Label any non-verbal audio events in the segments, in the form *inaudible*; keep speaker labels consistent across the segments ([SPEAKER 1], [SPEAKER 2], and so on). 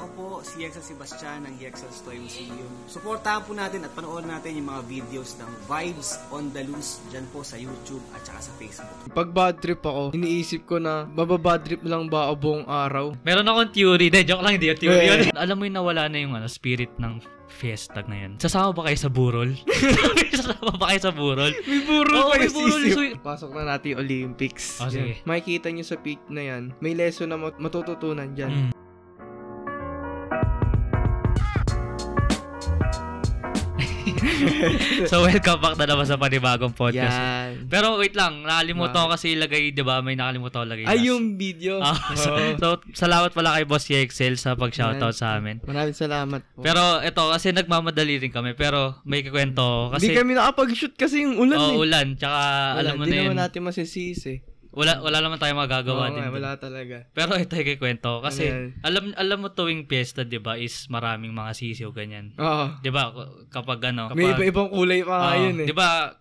[SPEAKER 1] po si Yexel Sebastian ng Yexel Toy Museum. Suportahan po natin at panoorin natin yung mga videos ng Vibes on the Loose dyan po sa YouTube at saka sa Facebook.
[SPEAKER 2] Pag bad trip ako, iniisip ko na mababad trip lang ba ako buong araw?
[SPEAKER 3] Meron akong theory. De, joke lang, hindi yung theory
[SPEAKER 2] Eh.
[SPEAKER 3] yun. *laughs* Alam mo yung nawala na yung ano, spirit ng fiesta na yun. Sasama ba kayo sa burol? *laughs* Sasama ba kayo sa burol?
[SPEAKER 2] May burol
[SPEAKER 3] Oo,
[SPEAKER 2] pa
[SPEAKER 3] may
[SPEAKER 2] yung
[SPEAKER 3] burol
[SPEAKER 2] sisip.
[SPEAKER 3] yung swi-
[SPEAKER 2] Pasok na natin yung Olympics.
[SPEAKER 3] Ah, sige.
[SPEAKER 2] Yan. Makikita nyo sa peak na yan, may lesson na mat- matututunan dyan.
[SPEAKER 3] Mm. so, welcome back na naman sa panibagong podcast.
[SPEAKER 2] Yan.
[SPEAKER 3] Pero wait lang, nakalimutan
[SPEAKER 2] Wow.
[SPEAKER 3] ko kasi ilagay, di ba? May nakalimutan ko ilagay.
[SPEAKER 2] Ay,
[SPEAKER 3] last.
[SPEAKER 2] yung video.
[SPEAKER 3] Ah,
[SPEAKER 2] *laughs*
[SPEAKER 3] so,
[SPEAKER 2] Oo.
[SPEAKER 3] so, salamat pala kay Boss Excel sa pag-shoutout sa amin.
[SPEAKER 2] Maraming salamat po.
[SPEAKER 3] Pero ito, kasi nagmamadali rin kami. Pero may kikwento ako
[SPEAKER 2] Hindi
[SPEAKER 3] kasi...
[SPEAKER 2] kami nakapag-shoot kasi yung ulan
[SPEAKER 3] oh,
[SPEAKER 2] eh.
[SPEAKER 3] ulan. Tsaka alam mo
[SPEAKER 2] di
[SPEAKER 3] na yun.
[SPEAKER 2] naman natin masisisi.
[SPEAKER 3] Wala, wala naman tayong magagawa
[SPEAKER 2] Oo
[SPEAKER 3] din.
[SPEAKER 2] nga,
[SPEAKER 3] dun.
[SPEAKER 2] wala talaga.
[SPEAKER 3] Pero ito yung kikwento. ko. Kasi
[SPEAKER 2] Ano yan?
[SPEAKER 3] alam, alam mo tuwing piyesta, di ba, is maraming mga sisiw ganyan.
[SPEAKER 2] Oo.
[SPEAKER 3] Di ba, k- kapag ano, kapag...
[SPEAKER 2] May iba-ibang kulay pa nga
[SPEAKER 3] Oo,
[SPEAKER 2] yun eh.
[SPEAKER 3] Di ba,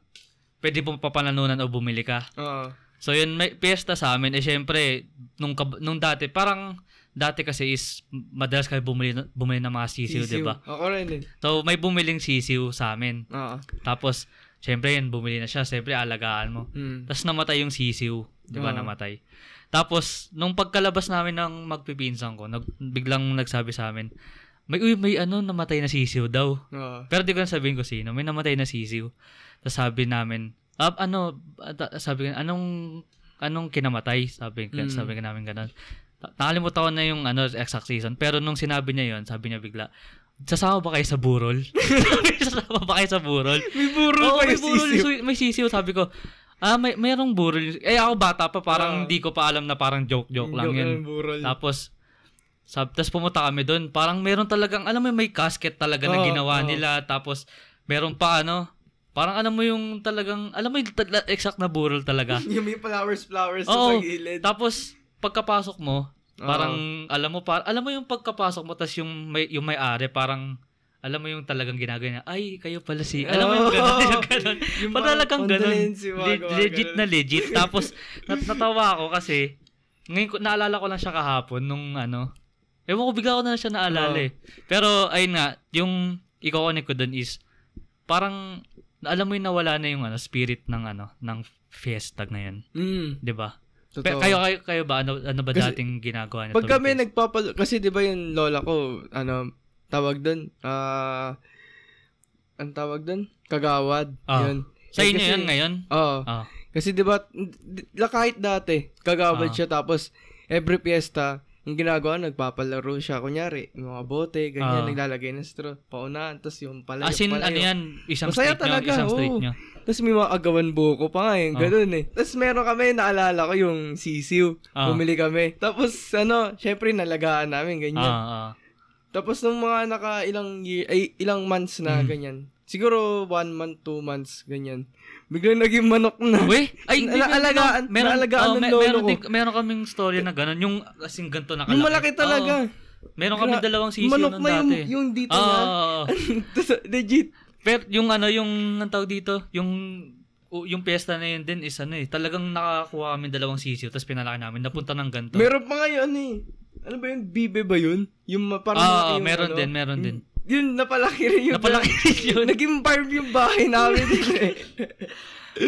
[SPEAKER 3] pwede pong papananunan o bumili ka.
[SPEAKER 2] Oo.
[SPEAKER 3] So yun, may piyesta sa amin. Eh syempre, nung, kab- nung dati, parang dati kasi is madalas kayo bumili, bumili ng mga sisiw, di ba?
[SPEAKER 2] Ako rin eh.
[SPEAKER 3] So may bumiling sisiw sa amin.
[SPEAKER 2] Oo.
[SPEAKER 3] Tapos, syempre yun, bumili na siya. Syempre, alagaan mo.
[SPEAKER 2] Mm.
[SPEAKER 3] Tapos namatay yung sisiw. Di ba,
[SPEAKER 2] Oo.
[SPEAKER 3] namatay. Tapos, nung pagkalabas namin ng magpipinsan ko, nag, biglang nagsabi sa amin, may, uy, may ano, namatay na sisiw daw.
[SPEAKER 2] Oo.
[SPEAKER 3] Pero di ko na sabihin ko sino. May namatay na sisiw. Tapos sabi namin, ah, ano, ah, ta- sabi ko, anong, anong kinamatay? Sabi,
[SPEAKER 2] Mm.
[SPEAKER 3] sabi ka namin ganun. Ta- Nakalimutan ko na yung ano, exact season. Pero nung sinabi niya yon sabi niya bigla, sasama ba kayo sa burol? *laughs* sasama ba kayo sa burol?
[SPEAKER 2] May burol
[SPEAKER 3] Oo,
[SPEAKER 2] pa
[SPEAKER 3] may
[SPEAKER 2] yung
[SPEAKER 3] burol.
[SPEAKER 2] sisiw.
[SPEAKER 3] Sisiw. May sisiw. Sabi ko, ah, may, merong burol. Eh, ako bata pa,
[SPEAKER 2] Ah.
[SPEAKER 3] parang hindi ko pa alam na parang joke-joke lang
[SPEAKER 2] Joke eh.
[SPEAKER 3] yun.
[SPEAKER 2] lang, burol.
[SPEAKER 3] Tapos, sab, tapos pumunta kami doon. Parang meron talagang, alam mo, may casket talaga na
[SPEAKER 2] Oo,
[SPEAKER 3] ginawa
[SPEAKER 2] oo.
[SPEAKER 3] nila. Tapos, meron pa ano, parang alam mo yung talagang, alam mo yung tala- exact na burol talaga.
[SPEAKER 2] *laughs* Yung may flowers, flowers
[SPEAKER 3] Oo.
[SPEAKER 2] sa gilid.
[SPEAKER 3] tapos, pagkapasok mo,
[SPEAKER 2] Oo.
[SPEAKER 3] parang, alam mo, par, alam mo yung pagkapasok mo, tapos yung may, yung may-ari, parang, alam mo yung talagang ginagaya niya, ay, kayo pala si, alam mo yung ganun, *laughs* yung ganun.
[SPEAKER 2] *laughs* Yung
[SPEAKER 3] Parang
[SPEAKER 2] parang
[SPEAKER 3] talagang ganun.
[SPEAKER 2] condolence, yung mga
[SPEAKER 3] Le-
[SPEAKER 2] gawa,
[SPEAKER 3] legit
[SPEAKER 2] ganun.
[SPEAKER 3] na legit. Tapos, nat- natawa ako kasi, ngayon, ko- naalala ko lang siya kahapon nung ano, ewan ko, bigla ko na lang siya naalala
[SPEAKER 2] Oo.
[SPEAKER 3] eh. Pero, ayun nga, yung i-connect ko dun is, parang, alam mo yung nawala na yung ano, spirit ng ano, ng fiesta na yun.
[SPEAKER 2] Mm.
[SPEAKER 3] 'di ba?
[SPEAKER 2] Totoo.
[SPEAKER 3] Pe- Kayo, kayo kayo ba ano ano ba
[SPEAKER 2] Kasi-
[SPEAKER 3] dating ginagawa niyo?
[SPEAKER 2] Pag
[SPEAKER 3] tuwing
[SPEAKER 2] kami
[SPEAKER 3] Christmas?
[SPEAKER 2] nagpapalo... Kasi di ba yung lola ko, ano, tawag doon, ah... ang tawag doon? Kagawad.
[SPEAKER 3] Ah.
[SPEAKER 2] Yun.
[SPEAKER 3] sa
[SPEAKER 2] Eh,
[SPEAKER 3] inyo
[SPEAKER 2] kasi-
[SPEAKER 3] 'yan ngayon?
[SPEAKER 2] Oo.
[SPEAKER 3] Ah.
[SPEAKER 2] Kasi di ba, di- la- kahit dati, kagawad
[SPEAKER 3] Ah.
[SPEAKER 2] siya tapos every fiesta, ang ginagawa, nagpapalaro siya. Kunyari, yung mga bote, ganyan,
[SPEAKER 3] Ah.
[SPEAKER 2] naglalagay ng straw, paunahan, tapos yung palayo,
[SPEAKER 3] As in,
[SPEAKER 2] palayo.
[SPEAKER 3] ano 'yan? Isang
[SPEAKER 2] Masaya
[SPEAKER 3] street niyo,
[SPEAKER 2] talaga,
[SPEAKER 3] isang street
[SPEAKER 2] oo.
[SPEAKER 3] niyo.
[SPEAKER 2] Tapos may mga agawan buko pa nga yung
[SPEAKER 3] Ah.
[SPEAKER 2] ganun eh. Tapos meron kami, naalala ko yung sisiw.
[SPEAKER 3] Ah.
[SPEAKER 2] Bumili kami. Tapos ano, syempre nalagaan namin, ganyan.
[SPEAKER 3] Ah, ah.
[SPEAKER 2] Tapos nung mga naka ilang, ye- ay, ilang months na,
[SPEAKER 3] Mm.
[SPEAKER 2] ganyan. Siguro one month, two months, ganyan. Biglang naging manok na.
[SPEAKER 3] Uy, ay, hindi,
[SPEAKER 2] Naalagaan-
[SPEAKER 3] meron- meron,
[SPEAKER 2] naalagaan
[SPEAKER 3] oh,
[SPEAKER 2] ng
[SPEAKER 3] me-
[SPEAKER 2] lolo
[SPEAKER 3] meron,
[SPEAKER 2] ko.
[SPEAKER 3] din- meron kaming story na gano'n. Yung kasing ganito na
[SPEAKER 2] Yung malaki talaga.
[SPEAKER 3] Oo. Oh. meron kami
[SPEAKER 2] Gra-
[SPEAKER 3] dalawang sisiw
[SPEAKER 2] manok
[SPEAKER 3] nun
[SPEAKER 2] na yung,
[SPEAKER 3] dati. Oh,
[SPEAKER 2] yung dito
[SPEAKER 3] Oo,
[SPEAKER 2] niya.
[SPEAKER 3] oo, oo.
[SPEAKER 2] *laughs* Tapos, legit.
[SPEAKER 3] Pero yung ano, yung ang tawag dito, yung o, yung piyesta na yun din is ano eh, talagang nakakuha kami dalawang sisiw tapos pinalaki namin, napunta ng ganito.
[SPEAKER 2] Meron pa nga yun ano eh. Ano ba yun? Bibe ba yun? Yung ma- parang
[SPEAKER 3] Oo,
[SPEAKER 2] malaki yung
[SPEAKER 3] Ah, meron
[SPEAKER 2] ano.
[SPEAKER 3] din, meron
[SPEAKER 2] Yun-
[SPEAKER 3] din.
[SPEAKER 2] Yun, napalaki rin yun.
[SPEAKER 3] Napalaki rin
[SPEAKER 2] *laughs*
[SPEAKER 3] yun.
[SPEAKER 2] Naging farm yung bahay namin.
[SPEAKER 3] *laughs*
[SPEAKER 2] eh.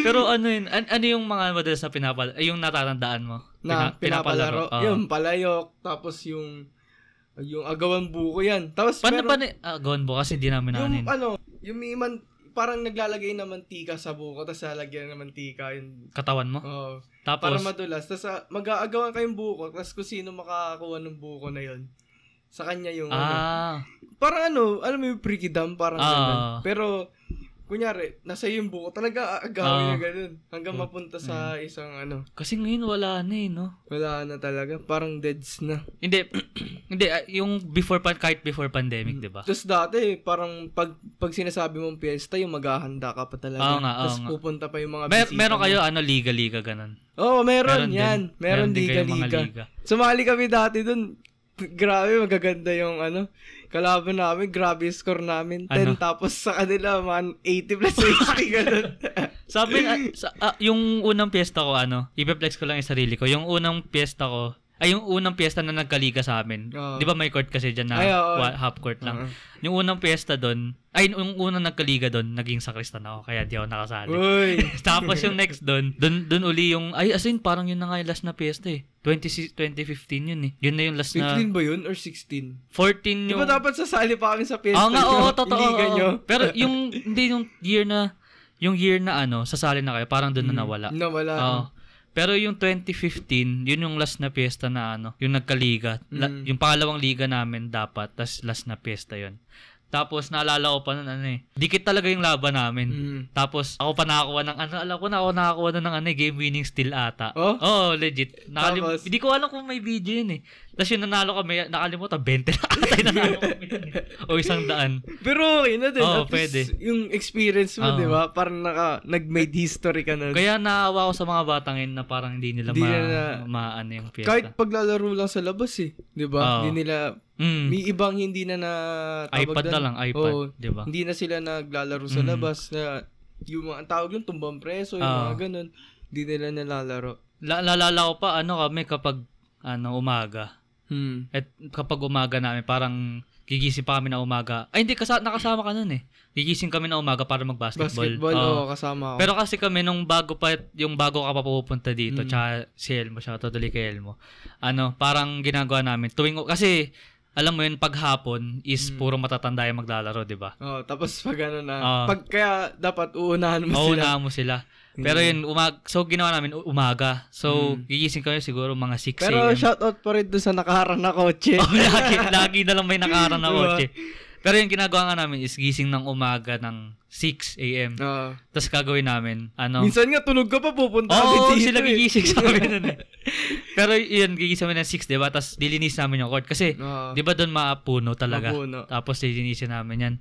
[SPEAKER 3] Pero ano yun, an- ano yung mga madalas na pinapal, ay, yung natatandaan mo?
[SPEAKER 2] na
[SPEAKER 3] Pina- ah.
[SPEAKER 2] pinapalaro.
[SPEAKER 3] Oo.
[SPEAKER 2] Yun, palayok. Tapos yung, yung agawan buko yan. Tapos
[SPEAKER 3] Paano
[SPEAKER 2] meron-
[SPEAKER 3] pa ni, ah, gawin mo kasi di namin
[SPEAKER 2] Yung
[SPEAKER 3] naanin.
[SPEAKER 2] ano, yung may man, parang naglalagay ng mantika sa buko, tapos lalagyan ng mantika yun.
[SPEAKER 3] Katawan mo?
[SPEAKER 2] Oh, para
[SPEAKER 3] Tapos,
[SPEAKER 2] madulas. Tapos ah, mag-aagawan kayong buko, tapos kung sino makakakuha ng buko na yun. Sa kanya yung ano.
[SPEAKER 3] ah,
[SPEAKER 2] Parang ano, alam mo yung freaky dam, parang
[SPEAKER 3] Ah.
[SPEAKER 2] ganun. Pero, kunyari, nasa yung buko, talaga aagawin
[SPEAKER 3] Ah. Hmm.
[SPEAKER 2] na ganun. Hanggang mapunta sa isang ano,
[SPEAKER 3] kasi ngayon wala na eh, no?
[SPEAKER 2] wala na talaga. Parang deads na.
[SPEAKER 3] Hindi, *clears throat* hindi, ah, yung before, pan, kahit before pandemic, di ba?
[SPEAKER 2] Tapos dati, parang pag, pag sinasabi mong piyesta, yung maghahanda ka pa talaga.
[SPEAKER 3] Oo Ah, nga, oo
[SPEAKER 2] tapos
[SPEAKER 3] nga.
[SPEAKER 2] pupunta pa yung mga
[SPEAKER 3] Mer
[SPEAKER 2] bisita
[SPEAKER 3] meron
[SPEAKER 2] mo.
[SPEAKER 3] kayo, ano, liga-liga, ganun.
[SPEAKER 2] Oo, oh, meron,
[SPEAKER 3] Meron din.
[SPEAKER 2] yan. Meron,
[SPEAKER 3] Meron din
[SPEAKER 2] liga,
[SPEAKER 3] kayong mga
[SPEAKER 2] liga.
[SPEAKER 3] liga.
[SPEAKER 2] Sumali kami dati dun. Grabe, magaganda yung ano. Kalaban namin, grabe yung score namin. 10
[SPEAKER 3] Ano?
[SPEAKER 2] tapos sa kanila, man, 80 plus 60,
[SPEAKER 3] *laughs*
[SPEAKER 2] ganun.
[SPEAKER 3] Sa
[SPEAKER 2] *laughs*
[SPEAKER 3] amin, ah, sa, ah, yung unang piyesta ko, ano, ipiplex ko lang yung sarili ko. Yung unang piyesta ko, Ay, yung unang piyesta na nagkaliga sa amin.
[SPEAKER 2] Oo.
[SPEAKER 3] Di ba may court kasi dyan na
[SPEAKER 2] Ay, oo.
[SPEAKER 3] wa- half court lang.
[SPEAKER 2] Oo.
[SPEAKER 3] Yung unang piyesta doon, ay, yung unang nagkaliga doon, naging sakristan ako, kaya di ako nakasali.
[SPEAKER 2] Uy.
[SPEAKER 3] *laughs* Tapos yung next doon, doon doon uli yung ay as in parang yun na nga yung last na piyesta eh. 20 2015 yun eh. Yun na yung last na
[SPEAKER 2] 15 ba yun or 16?
[SPEAKER 3] 14
[SPEAKER 2] Di
[SPEAKER 3] yung
[SPEAKER 2] ba dapat sasali pa kami sa piyesta
[SPEAKER 3] Oo nga,
[SPEAKER 2] nyo?
[SPEAKER 3] oo, totoo.
[SPEAKER 2] Iligan
[SPEAKER 3] oo.
[SPEAKER 2] nyo.
[SPEAKER 3] Pero
[SPEAKER 2] *laughs*
[SPEAKER 3] yung hindi yung year na yung year na ano, sasali na kayo, parang
[SPEAKER 2] Mm.
[SPEAKER 3] doon na nawala.
[SPEAKER 2] Nawala.
[SPEAKER 3] Oo. Pero yung 2015, yun yung last na piyesta na ano, yung nagkaliga. La-
[SPEAKER 2] Mm.
[SPEAKER 3] yung pangalawang liga namin dapat, tas last na piyesta yun. Tapos naalala ko pa nun ano eh, dikit talaga yung laban namin.
[SPEAKER 2] Mm.
[SPEAKER 3] Tapos ako pa nakakuha ng ano, alam ko na ako nakakuha na ng ano, eh, game winning steal ata.
[SPEAKER 2] Oh?
[SPEAKER 3] Oo, legit. Nakalim-
[SPEAKER 2] Tapos?
[SPEAKER 3] Hindi ko alam kung may video yun eh. Tapos yung nanalo kami, nakalimutan, 20 na
[SPEAKER 2] *laughs*
[SPEAKER 3] ata yung nanalo kami yun eh. O isang daan.
[SPEAKER 2] Pero okay na din.
[SPEAKER 3] Oo,
[SPEAKER 2] At least
[SPEAKER 3] pwede.
[SPEAKER 2] yung experience mo,
[SPEAKER 3] Oo.
[SPEAKER 2] di ba? Parang naka, nag-made history ka nun.
[SPEAKER 3] Kaya naawa ko sa mga batang yun na parang hindi nila
[SPEAKER 2] Hindi
[SPEAKER 3] ma,
[SPEAKER 2] nila-
[SPEAKER 3] maano yung fiesta.
[SPEAKER 2] Kahit paglalaro lang sa labas eh. Di ba?
[SPEAKER 3] ah. Oo.
[SPEAKER 2] Hindi nila,
[SPEAKER 3] Mm.
[SPEAKER 2] may ibang hindi na na
[SPEAKER 3] iPad na lang, iPad, Diba? Hmm. di ba?
[SPEAKER 2] Hindi na sila naglalaro sa labas na yung mga ang tawag nun, tumbang preso, yung
[SPEAKER 3] Oo.
[SPEAKER 2] mga ganun. Hindi nila nalalaro.
[SPEAKER 3] La- lalala ko pa, ano kami kapag ano, umaga.
[SPEAKER 2] Hmm.
[SPEAKER 3] At kapag umaga namin, parang gigising pa kami na umaga. Ay, hindi, kasa- nakasama ka nun eh. Gigising kami na umaga para mag-basketball.
[SPEAKER 2] Basketball,
[SPEAKER 3] Oo.
[SPEAKER 2] oo, kasama ako.
[SPEAKER 3] Pero kasi kami nung bago pa yung bago ka pa pupunta dito, tsaka si Elmo, siya totally kay Elmo. Ano, parang ginagawa namin tuwing kasi alam mo yun paghapon is puro matatanda yung maglalaro, 'di ba?
[SPEAKER 2] Oh, tapos *laughs* pag ano na,
[SPEAKER 3] Oo.
[SPEAKER 2] pag kaya dapat uunahan mo
[SPEAKER 3] Oo,
[SPEAKER 2] sila. Mm.
[SPEAKER 3] na mo sila. Pero yun, umag so ginawa namin u- umaga. So gigising kami siguro mga 6
[SPEAKER 2] Pero
[SPEAKER 3] a.m.
[SPEAKER 2] shoutout pa rin doon sa nakaharang na kotse.
[SPEAKER 3] *laughs*
[SPEAKER 2] *laughs*
[SPEAKER 3] Oh, lagi, lagi na lang may nakaharang na
[SPEAKER 2] Diba?
[SPEAKER 3] kotse. Pero yung ginagawa nga namin is gising ng umaga ng 6 a.m.
[SPEAKER 2] Oo.
[SPEAKER 3] Tapos gagawin namin, ano,
[SPEAKER 2] Ah. Minsan nga tulog ka pa pupunta ka
[SPEAKER 3] Oo,
[SPEAKER 2] din dito
[SPEAKER 3] sila
[SPEAKER 2] eh.
[SPEAKER 3] gigising sa
[SPEAKER 2] *laughs*
[SPEAKER 3] amin nun eh. Pero yun, gigising kami ng 6, di ba? Tapos lilinis namin yung court. Kasi,
[SPEAKER 2] Oo.
[SPEAKER 3] di ba doon maapuno talaga?
[SPEAKER 2] Mapuno.
[SPEAKER 3] Tapos lilinisin namin yan.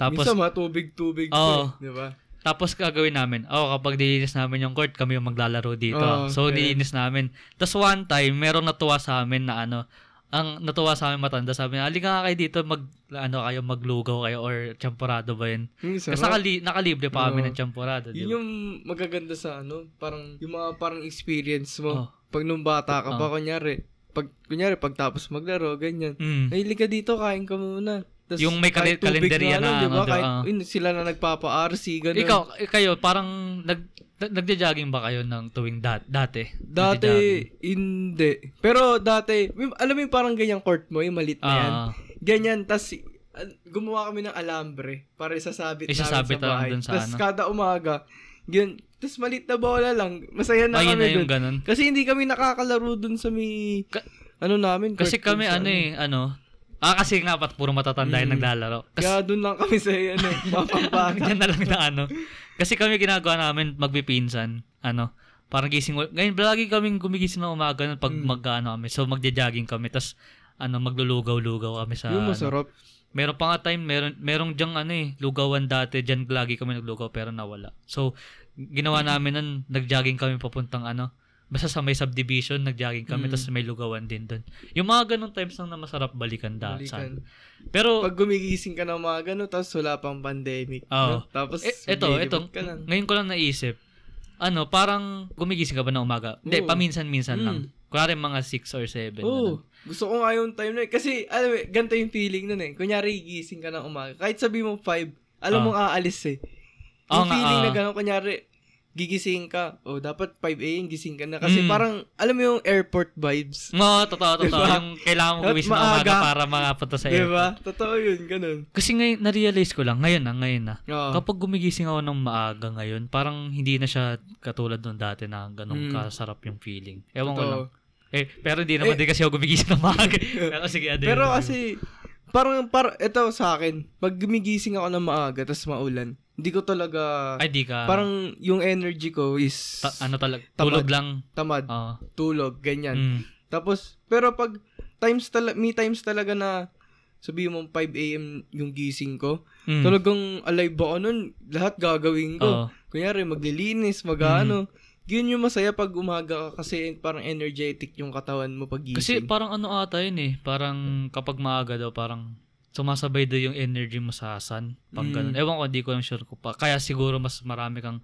[SPEAKER 3] Tapos,
[SPEAKER 2] Minsan matubig-tubig pa
[SPEAKER 3] Oo.
[SPEAKER 2] eh, di ba?
[SPEAKER 3] tapos gagawin namin, oh, kapag nilinis namin yung court, kami yung maglalaro dito.
[SPEAKER 2] Oo, Oh,
[SPEAKER 3] so,
[SPEAKER 2] okay.
[SPEAKER 3] nilinis namin. Tapos one time, merong natuwa sa amin na ano, ang natuwa sa amin matanda, sabi niya, halika nga kayo dito, mag, ano kayo, maglugaw kayo or champorado ba yun?
[SPEAKER 2] Yung
[SPEAKER 3] Kasi
[SPEAKER 2] sarap.
[SPEAKER 3] nakali- nakalibre pa
[SPEAKER 2] Oo.
[SPEAKER 3] kami ng champorado, di
[SPEAKER 2] Yun
[SPEAKER 3] ba?
[SPEAKER 2] yung magaganda sa ano, parang yung mga parang experience mo.
[SPEAKER 3] Oo.
[SPEAKER 2] Pag nung bata ka pa,
[SPEAKER 3] Oo.
[SPEAKER 2] kunyari, pag, kunyari, pagtapos maglaro, ganyan.
[SPEAKER 3] Mm.
[SPEAKER 2] Ay, liga dito, kain ka muna. Tas,
[SPEAKER 3] Yung may kali-
[SPEAKER 2] kahit tubig
[SPEAKER 3] kalenderya
[SPEAKER 2] nga lang,
[SPEAKER 3] na,
[SPEAKER 2] di ba?
[SPEAKER 3] ano,
[SPEAKER 2] Kahit,
[SPEAKER 3] oo.
[SPEAKER 2] yun, sila na nagpapa-RC, ganun.
[SPEAKER 3] Ikaw, eh, kayo, parang nag, nag- nagja-jogging ba kayo ng tuwing dat, dati?
[SPEAKER 2] Dati,
[SPEAKER 3] Nagja-jogging?
[SPEAKER 2] hindi. Pero dati, may- alam mo yung parang ganyang court mo, yung malit na yan.
[SPEAKER 3] Ah.
[SPEAKER 2] Ganyan, tas uh, gumawa kami ng alambre para isasabit, namin
[SPEAKER 3] Isasabit
[SPEAKER 2] sa
[SPEAKER 3] lang
[SPEAKER 2] bahay.
[SPEAKER 3] dun sa
[SPEAKER 2] tas
[SPEAKER 3] ano.
[SPEAKER 2] kada umaga, ganyan. Tas malit na bola lang. Masaya na kami
[SPEAKER 3] Ayun na yung
[SPEAKER 2] dun.
[SPEAKER 3] ganun.
[SPEAKER 2] Kasi hindi kami nakakalaro dun sa may,
[SPEAKER 3] Ka-
[SPEAKER 2] ano namin.
[SPEAKER 3] Kasi
[SPEAKER 2] court dun
[SPEAKER 3] kami,
[SPEAKER 2] sa
[SPEAKER 3] ano eh, ano, ah, kasi nga, pat puro matatanda
[SPEAKER 2] Mm.
[SPEAKER 3] yung naglalaro. Kasi,
[SPEAKER 2] Kaya dun lang kami sa,
[SPEAKER 3] *laughs*
[SPEAKER 2] ano, mapambata.
[SPEAKER 3] yan na lang na ano. Kasi kami ginagawa namin, magpipinsan, ano, parang gising, ul- ngayon, lagi kaming gumigising ng umaga nun
[SPEAKER 2] Hmm.
[SPEAKER 3] pag mag, ano, kami. So, magja-jogging kami, tas, ano, maglulugaw-lugaw kami sa,
[SPEAKER 2] yung
[SPEAKER 3] ano,
[SPEAKER 2] masarap.
[SPEAKER 3] Meron pa nga time, meron, merong dyang ano eh, lugawan dati, dyan lagi kami naglugaw pero nawala. So, ginawa
[SPEAKER 2] Hmm.
[SPEAKER 3] namin nun, nagjogging kami papuntang ano, basta sa may subdivision, nagjogging
[SPEAKER 2] Hmm.
[SPEAKER 3] kami, tapos may lugawan din dun. Yung mga ganong times lang na masarap balikan dahil. ano.
[SPEAKER 2] Balikan.
[SPEAKER 3] Pero,
[SPEAKER 2] Pag gumigising ka ng mga gano, tapos wala pang pandemic. no?
[SPEAKER 3] Oo.
[SPEAKER 2] Tapos,
[SPEAKER 3] eh, eto, eto,
[SPEAKER 2] maglilibot ka lang.
[SPEAKER 3] ngayon ko lang naisip, ano, parang gumigising ka ba na umaga? Hindi,
[SPEAKER 2] Oo.
[SPEAKER 3] paminsan-minsan
[SPEAKER 2] Mm.
[SPEAKER 3] lang. Kunwari mga 6 or ano. 7.
[SPEAKER 2] Oo. gusto ko nga yung time na yun. Kasi, alam mo, eh, ganito yung feeling nun eh. Kunyari, gising ka ng umaga. Kahit sabi mo 5, alam
[SPEAKER 3] Ah.
[SPEAKER 2] mong aalis eh.
[SPEAKER 3] Oo
[SPEAKER 2] Yung
[SPEAKER 3] nga,
[SPEAKER 2] feeling na
[SPEAKER 3] ah.
[SPEAKER 2] gano'n, kunyari, gigising ka. O, dapat 5 a.m. gising ka na. Kasi
[SPEAKER 3] Mm.
[SPEAKER 2] parang, alam mo yung airport vibes.
[SPEAKER 3] No, totoo, totoo.
[SPEAKER 2] Diba?
[SPEAKER 3] Yung kailangan mo
[SPEAKER 2] At
[SPEAKER 3] gumising ng umaga
[SPEAKER 2] maaga. Diba?
[SPEAKER 3] para makapunta sa
[SPEAKER 2] Di
[SPEAKER 3] airport.
[SPEAKER 2] ba? Totoo yun, ganun. Ah.
[SPEAKER 3] Kasi ngayon, na-realize ko lang, ngayon na, ngayon na.
[SPEAKER 2] Oo.
[SPEAKER 3] Kapag gumigising ako ng maaga ngayon, parang hindi na siya katulad nung dati na ganun
[SPEAKER 2] Mm.
[SPEAKER 3] kasarap yung feeling. Ewan ko
[SPEAKER 2] Totoo.
[SPEAKER 3] lang. Eh, pero hindi naman din kasi ako gumigising ng maaga.
[SPEAKER 2] *laughs*
[SPEAKER 3] pero sige, ano yun,
[SPEAKER 2] Pero
[SPEAKER 3] ano yun.
[SPEAKER 2] kasi, parang, par, eto sa akin, pag gumigising ako ng maaga, tapos maulan, hindi ko talaga,
[SPEAKER 3] Ay, di ka.
[SPEAKER 2] parang yung energy ko is,
[SPEAKER 3] ta- Ah. ano talaga,
[SPEAKER 2] tamad.
[SPEAKER 3] tulog lang.
[SPEAKER 2] tamad,
[SPEAKER 3] Oo.
[SPEAKER 2] tulog, ganyan.
[SPEAKER 3] Mm.
[SPEAKER 2] Tapos, pero pag times tala, me times talaga na sabi mo 5 a.m. yung gising ko,
[SPEAKER 3] Mm.
[SPEAKER 2] talagang alive ako nun, lahat gagawin
[SPEAKER 3] Oo.
[SPEAKER 2] ko. Kunyari, maglilinis, mag-ano. Yun yung masaya pag umaga ka kasi parang energetic yung katawan mo pag
[SPEAKER 3] Kasi
[SPEAKER 2] gising.
[SPEAKER 3] parang ano ata yun eh. Parang kapag maaga daw, parang sumasabay daw yung energy mo sa sun. Pag
[SPEAKER 2] Mm.
[SPEAKER 3] ganun. Ewan ko, hindi ko lang sure ko pa. Kaya siguro mas marami kang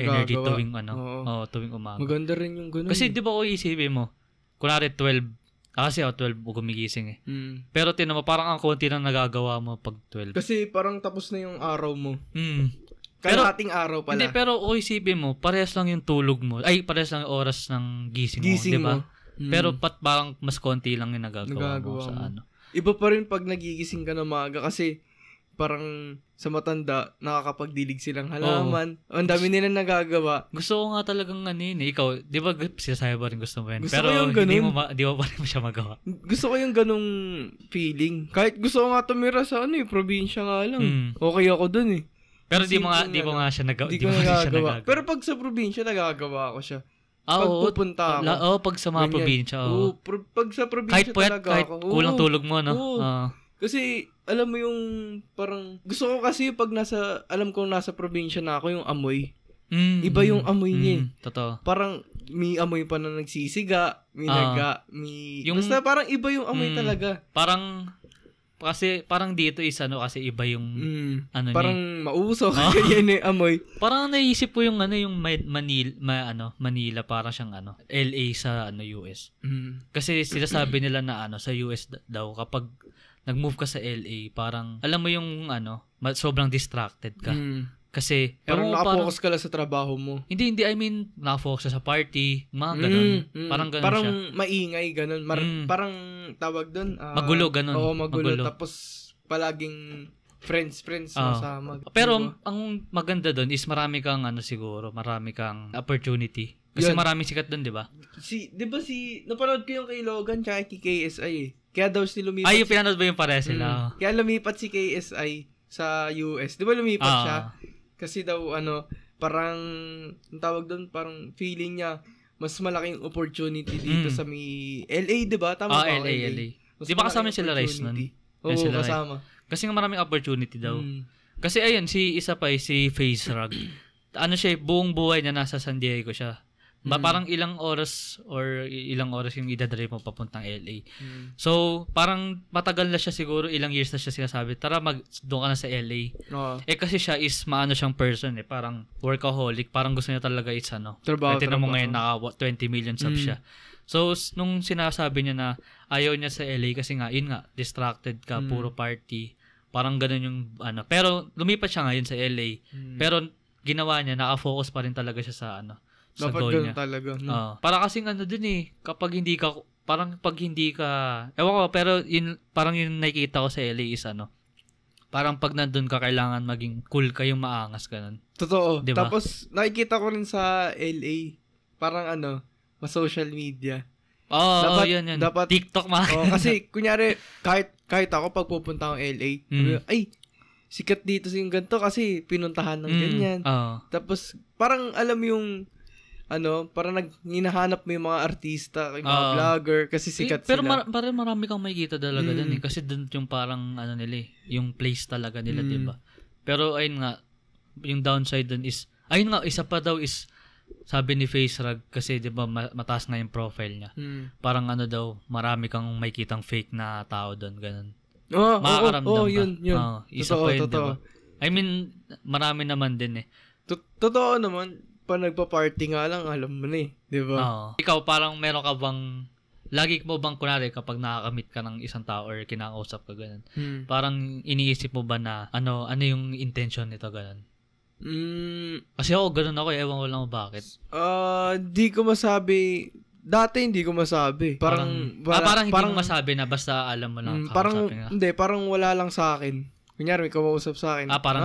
[SPEAKER 3] energy
[SPEAKER 2] Nagagawa.
[SPEAKER 3] tuwing ano.
[SPEAKER 2] Oo.
[SPEAKER 3] Oo, tuwing umaga.
[SPEAKER 2] Maganda rin yung ganun. eh.
[SPEAKER 3] Kasi di ba ko iisipin mo, kunwari 12 Ah, kasi ako 12 ako gumigising eh.
[SPEAKER 2] Mm.
[SPEAKER 3] Pero tinan mo, parang ang konti na nagagawa mo pag 12.
[SPEAKER 2] Kasi parang tapos na yung araw mo.
[SPEAKER 3] Mm. Pero-
[SPEAKER 2] Kalahating araw pala.
[SPEAKER 3] Hindi, pero o isipin mo, parehas lang yung tulog mo. Ay, parehas lang yung oras ng gising,
[SPEAKER 2] Gising
[SPEAKER 3] mo, di ba?
[SPEAKER 2] mo. Mm.
[SPEAKER 3] Pero pat parang mas konti lang yung nagagawa,
[SPEAKER 2] Nagagawa
[SPEAKER 3] mo sa
[SPEAKER 2] mo.
[SPEAKER 3] ano.
[SPEAKER 2] Iba pa rin pag nagigising ka na maaga kasi parang sa matanda, nakakapagdilig silang halaman. Ang dami nila nagagawa.
[SPEAKER 3] Gusto ko nga talagang ano yun. eh. Ikaw, di ba gu- sinasabi pa rin gusto mo yan?
[SPEAKER 2] Gusto ko
[SPEAKER 3] Pero
[SPEAKER 2] yung
[SPEAKER 3] hindi
[SPEAKER 2] ganun.
[SPEAKER 3] mo, ma- di mo pa rin siya magawa.
[SPEAKER 2] Gusto ko yung ganong feeling. Kahit gusto ko nga tumira sa ano eh, probinsya nga lang.
[SPEAKER 3] Mm.
[SPEAKER 2] Okay ako dun eh.
[SPEAKER 3] Pero di mo nga,
[SPEAKER 2] Isipin
[SPEAKER 3] di
[SPEAKER 2] na
[SPEAKER 3] mo
[SPEAKER 2] lang.
[SPEAKER 3] nga siya nagawa.
[SPEAKER 2] Hindi ko nagagawa. Pero pag sa probinsya, nagagawa ko siya.
[SPEAKER 3] ah,
[SPEAKER 2] pag
[SPEAKER 3] oo,
[SPEAKER 2] pupunta ako,
[SPEAKER 3] la- oo, pag sa mga
[SPEAKER 2] Ganyan.
[SPEAKER 3] probinsya, oo.
[SPEAKER 2] Oo, pro- pag sa probinsya
[SPEAKER 3] kahit pwet,
[SPEAKER 2] talaga
[SPEAKER 3] kahit
[SPEAKER 2] ako. oo.
[SPEAKER 3] kulang tulog mo, no? Ah.
[SPEAKER 2] Oo.
[SPEAKER 3] Oo.
[SPEAKER 2] Kasi, alam mo yung parang, gusto ko kasi pag nasa, alam kong nasa probinsya na ako, yung amoy.
[SPEAKER 3] Mm,
[SPEAKER 2] Iba yung amoy niya eh.
[SPEAKER 3] Totoo.
[SPEAKER 2] Parang, may amoy pa na nagsisiga, may
[SPEAKER 3] Ah.
[SPEAKER 2] naga, may...
[SPEAKER 3] Yung-
[SPEAKER 2] Basta parang iba yung amoy
[SPEAKER 3] Mm.
[SPEAKER 2] talaga.
[SPEAKER 3] Parang, kasi parang dito is ano, kasi iba yung,
[SPEAKER 2] Mm.
[SPEAKER 3] ano
[SPEAKER 2] Parang
[SPEAKER 3] parang,
[SPEAKER 2] mausok,
[SPEAKER 3] Ah.
[SPEAKER 2] *laughs* ganyan yung amoy.
[SPEAKER 3] parang naisip ko yung ano, yung Manila, ma, ano, Manila, parang siyang ano, LA sa ano, US.
[SPEAKER 2] Mm.
[SPEAKER 3] Kasi
[SPEAKER 2] *clears throat*
[SPEAKER 3] sinasabi nila na ano sa US d- daw kapag nag-move ka sa LA, parang alam mo yung ano, ma- sobrang distracted ka.
[SPEAKER 2] Mm.
[SPEAKER 3] Kasi
[SPEAKER 2] Parang
[SPEAKER 3] ewan ko,
[SPEAKER 2] nakapokus ka lang sa trabaho mo.
[SPEAKER 3] hindi hindi I mean na-focus sa party, mga Ah, ganun.
[SPEAKER 2] Mm, mm.
[SPEAKER 3] Parang ganun
[SPEAKER 2] parang
[SPEAKER 3] siya.
[SPEAKER 2] maingay, ganun. Mar-
[SPEAKER 3] Mm.
[SPEAKER 2] Parang tawag doon.
[SPEAKER 3] Magulo, ganun.
[SPEAKER 2] Oo, magulo.
[SPEAKER 3] Magulo.
[SPEAKER 2] Tapos palaging friends-friends
[SPEAKER 3] Oo.
[SPEAKER 2] na sama.
[SPEAKER 3] Pero
[SPEAKER 2] Diba?
[SPEAKER 3] ang maganda doon is marami kang ano siguro, marami kang opportunity. Kasi
[SPEAKER 2] Yun.
[SPEAKER 3] maraming sikat doon, 'di ba?
[SPEAKER 2] si, di ba si, napanood ko yung kay Logan tsaka kay KSI eh. Kaya daw si lumipat.
[SPEAKER 3] Ay, yung pinanood ba yung pare
[SPEAKER 2] Mm.
[SPEAKER 3] sila?
[SPEAKER 2] Kaya lumipat si KSI sa US. Di ba lumipat
[SPEAKER 3] Ah.
[SPEAKER 2] siya? Kasi daw ano, parang, ang tawag doon, parang feeling niya, mas malaking opportunity dito
[SPEAKER 3] Mm.
[SPEAKER 2] sa may LA, di ba? Tama
[SPEAKER 3] Ah,
[SPEAKER 2] ba?
[SPEAKER 3] LA, LA.
[SPEAKER 2] Mas
[SPEAKER 3] Di ba kasama
[SPEAKER 2] malaking
[SPEAKER 3] sila Rice nun?
[SPEAKER 2] opportunity.
[SPEAKER 3] Yan
[SPEAKER 2] Oo,
[SPEAKER 3] sila Rice.
[SPEAKER 2] kasama.
[SPEAKER 3] Kasi nga maraming opportunity daw.
[SPEAKER 2] Mm.
[SPEAKER 3] Kasi ayun, si isa pa eh, si Face Rug. ano siya, eh, buong buhay niya nasa San Diego siya.
[SPEAKER 2] Mm.
[SPEAKER 3] Ba, Parang ilang oras or ilang oras yung idadrive mo papuntang LA.
[SPEAKER 2] Mm.
[SPEAKER 3] So, parang matagal na siya siguro, ilang years na siya sinasabi, tara mag, doon ka na sa LA.
[SPEAKER 2] Oo.
[SPEAKER 3] Eh kasi siya is maano siyang person eh, parang workaholic, parang gusto niya talaga is ano.
[SPEAKER 2] Trabaho,
[SPEAKER 3] Kahit tinan mo
[SPEAKER 2] trabaho.
[SPEAKER 3] ngayon naka what, 20 million subs
[SPEAKER 2] Mm.
[SPEAKER 3] siya. So, s- nung sinasabi niya na ayaw niya sa LA kasi nga, yun nga, distracted ka,
[SPEAKER 2] Mm.
[SPEAKER 3] puro party. Parang ganun yung ano. Pero lumipat siya ngayon sa LA.
[SPEAKER 2] Mm.
[SPEAKER 3] Pero ginawa niya, nakafocus pa rin talaga siya sa ano, sa
[SPEAKER 2] Dapat
[SPEAKER 3] goal
[SPEAKER 2] ganun
[SPEAKER 3] niya.
[SPEAKER 2] talaga. no?
[SPEAKER 3] Oo. para kasing ano dun eh, kapag hindi ka, parang pag hindi ka, ewan ko, pero yun, parang yung nakikita ko sa LA is ano, parang pag nandun ka, kailangan maging cool ka yung maangas ganun.
[SPEAKER 2] Totoo.
[SPEAKER 3] Di ba?
[SPEAKER 2] Tapos, nakikita ko rin sa LA, parang ano, mas social media.
[SPEAKER 3] Oo, oh,
[SPEAKER 2] Dapat-
[SPEAKER 3] yun, yun.
[SPEAKER 2] dapat-
[SPEAKER 3] TikTok ma.
[SPEAKER 2] Oh,
[SPEAKER 3] *laughs*
[SPEAKER 2] kasi, kunyari, kahit, kahit ako pag pupunta akong LA,
[SPEAKER 3] Mm.
[SPEAKER 2] sabi ko, ay, sikat dito yung ganito kasi pinuntahan ng
[SPEAKER 3] Mm,
[SPEAKER 2] ganyan.
[SPEAKER 3] oo.
[SPEAKER 2] Tapos, parang alam mo yung, ano, parang nag, hinahanap mo yung mga artista, yung mga
[SPEAKER 3] Oo.
[SPEAKER 2] vlogger, kasi sikat
[SPEAKER 3] Ah. Eh, pero
[SPEAKER 2] sila.
[SPEAKER 3] mar- parang marami kang makikita talaga
[SPEAKER 2] Mm.
[SPEAKER 3] dun eh. Kasi dun yung parang ano nila eh, yung place talaga nila,
[SPEAKER 2] Mm.
[SPEAKER 3] di ba? Pero ayun nga, yung downside dun is, ayun nga, isa pa daw is, sabi ni Face Rag, kasi di ba ma- mataas nga yung profile niya.
[SPEAKER 2] Mm.
[SPEAKER 3] Parang ano daw, marami kang makikitang fake na tao dun, ganun.
[SPEAKER 2] Ah, Oo, oo,
[SPEAKER 3] Ah, Makakaramdam
[SPEAKER 2] oo,
[SPEAKER 3] ka.
[SPEAKER 2] yun, yun.
[SPEAKER 3] Oo, isa
[SPEAKER 2] Totoo,
[SPEAKER 3] pa yun, di
[SPEAKER 2] totoo.
[SPEAKER 3] ba? I mean, marami naman din eh.
[SPEAKER 2] Tot- totoo naman, pa nagpa-party nga lang, alam mo na eh, di ba?
[SPEAKER 3] Oo. Ikaw, parang meron ka bang, lagi mo bang kunwari kapag nakakamit ka ng isang tao or kinakausap ka ganun,
[SPEAKER 2] Mm.
[SPEAKER 3] parang iniisip mo ba na ano ano yung intention nito ganun?
[SPEAKER 2] Mm,
[SPEAKER 3] Kasi ako ganun ako, eh, ewan ko lang kung bakit.
[SPEAKER 2] ah, di ko masabi, dati hindi ko masabi. Parang,
[SPEAKER 3] parang, ah,
[SPEAKER 2] wala-
[SPEAKER 3] parang hindi mo masabi na basta alam mo lang
[SPEAKER 2] Mm, parang,
[SPEAKER 3] kakausapin ka.
[SPEAKER 2] hindi, parang wala lang sa akin. Kunyari, may kumausap sa akin.
[SPEAKER 3] Ah, parang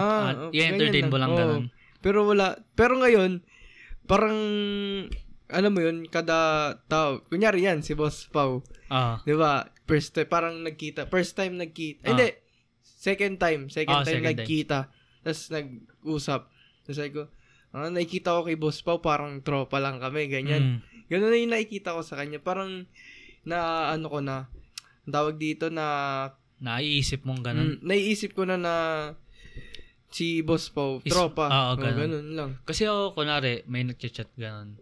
[SPEAKER 2] oh,
[SPEAKER 3] ah, i-entertain
[SPEAKER 2] ganyan
[SPEAKER 3] mo lang
[SPEAKER 2] Oo.
[SPEAKER 3] ganun.
[SPEAKER 2] Pero wala, pero ngayon, parang, alam mo yun, kada tao, kunyari yan, si Boss Pau,
[SPEAKER 3] Ah.
[SPEAKER 2] di ba, first time, parang nagkita, first time nagkita,
[SPEAKER 3] Ah.
[SPEAKER 2] ay, hindi, second time, second
[SPEAKER 3] Ah,
[SPEAKER 2] time
[SPEAKER 3] second time.
[SPEAKER 2] nagkita, tapos nag-usap, tapos sabi ko, ah, nakikita ko kay Boss Pau, parang tropa lang kami, ganyan.
[SPEAKER 3] Mm.
[SPEAKER 2] Ganun na yung nakikita ko sa kanya. Parang, na ano ko na, ang tawag dito na,
[SPEAKER 3] Naiisip mong
[SPEAKER 2] mm,
[SPEAKER 3] ganun.
[SPEAKER 2] naiisip ko na na, si Boss Pau,
[SPEAKER 3] Is- Ah,
[SPEAKER 2] tropa.
[SPEAKER 3] oo,
[SPEAKER 2] Oo,
[SPEAKER 3] ganun.
[SPEAKER 2] lang.
[SPEAKER 3] Kasi ako, kunwari, may nagchat-chat ganun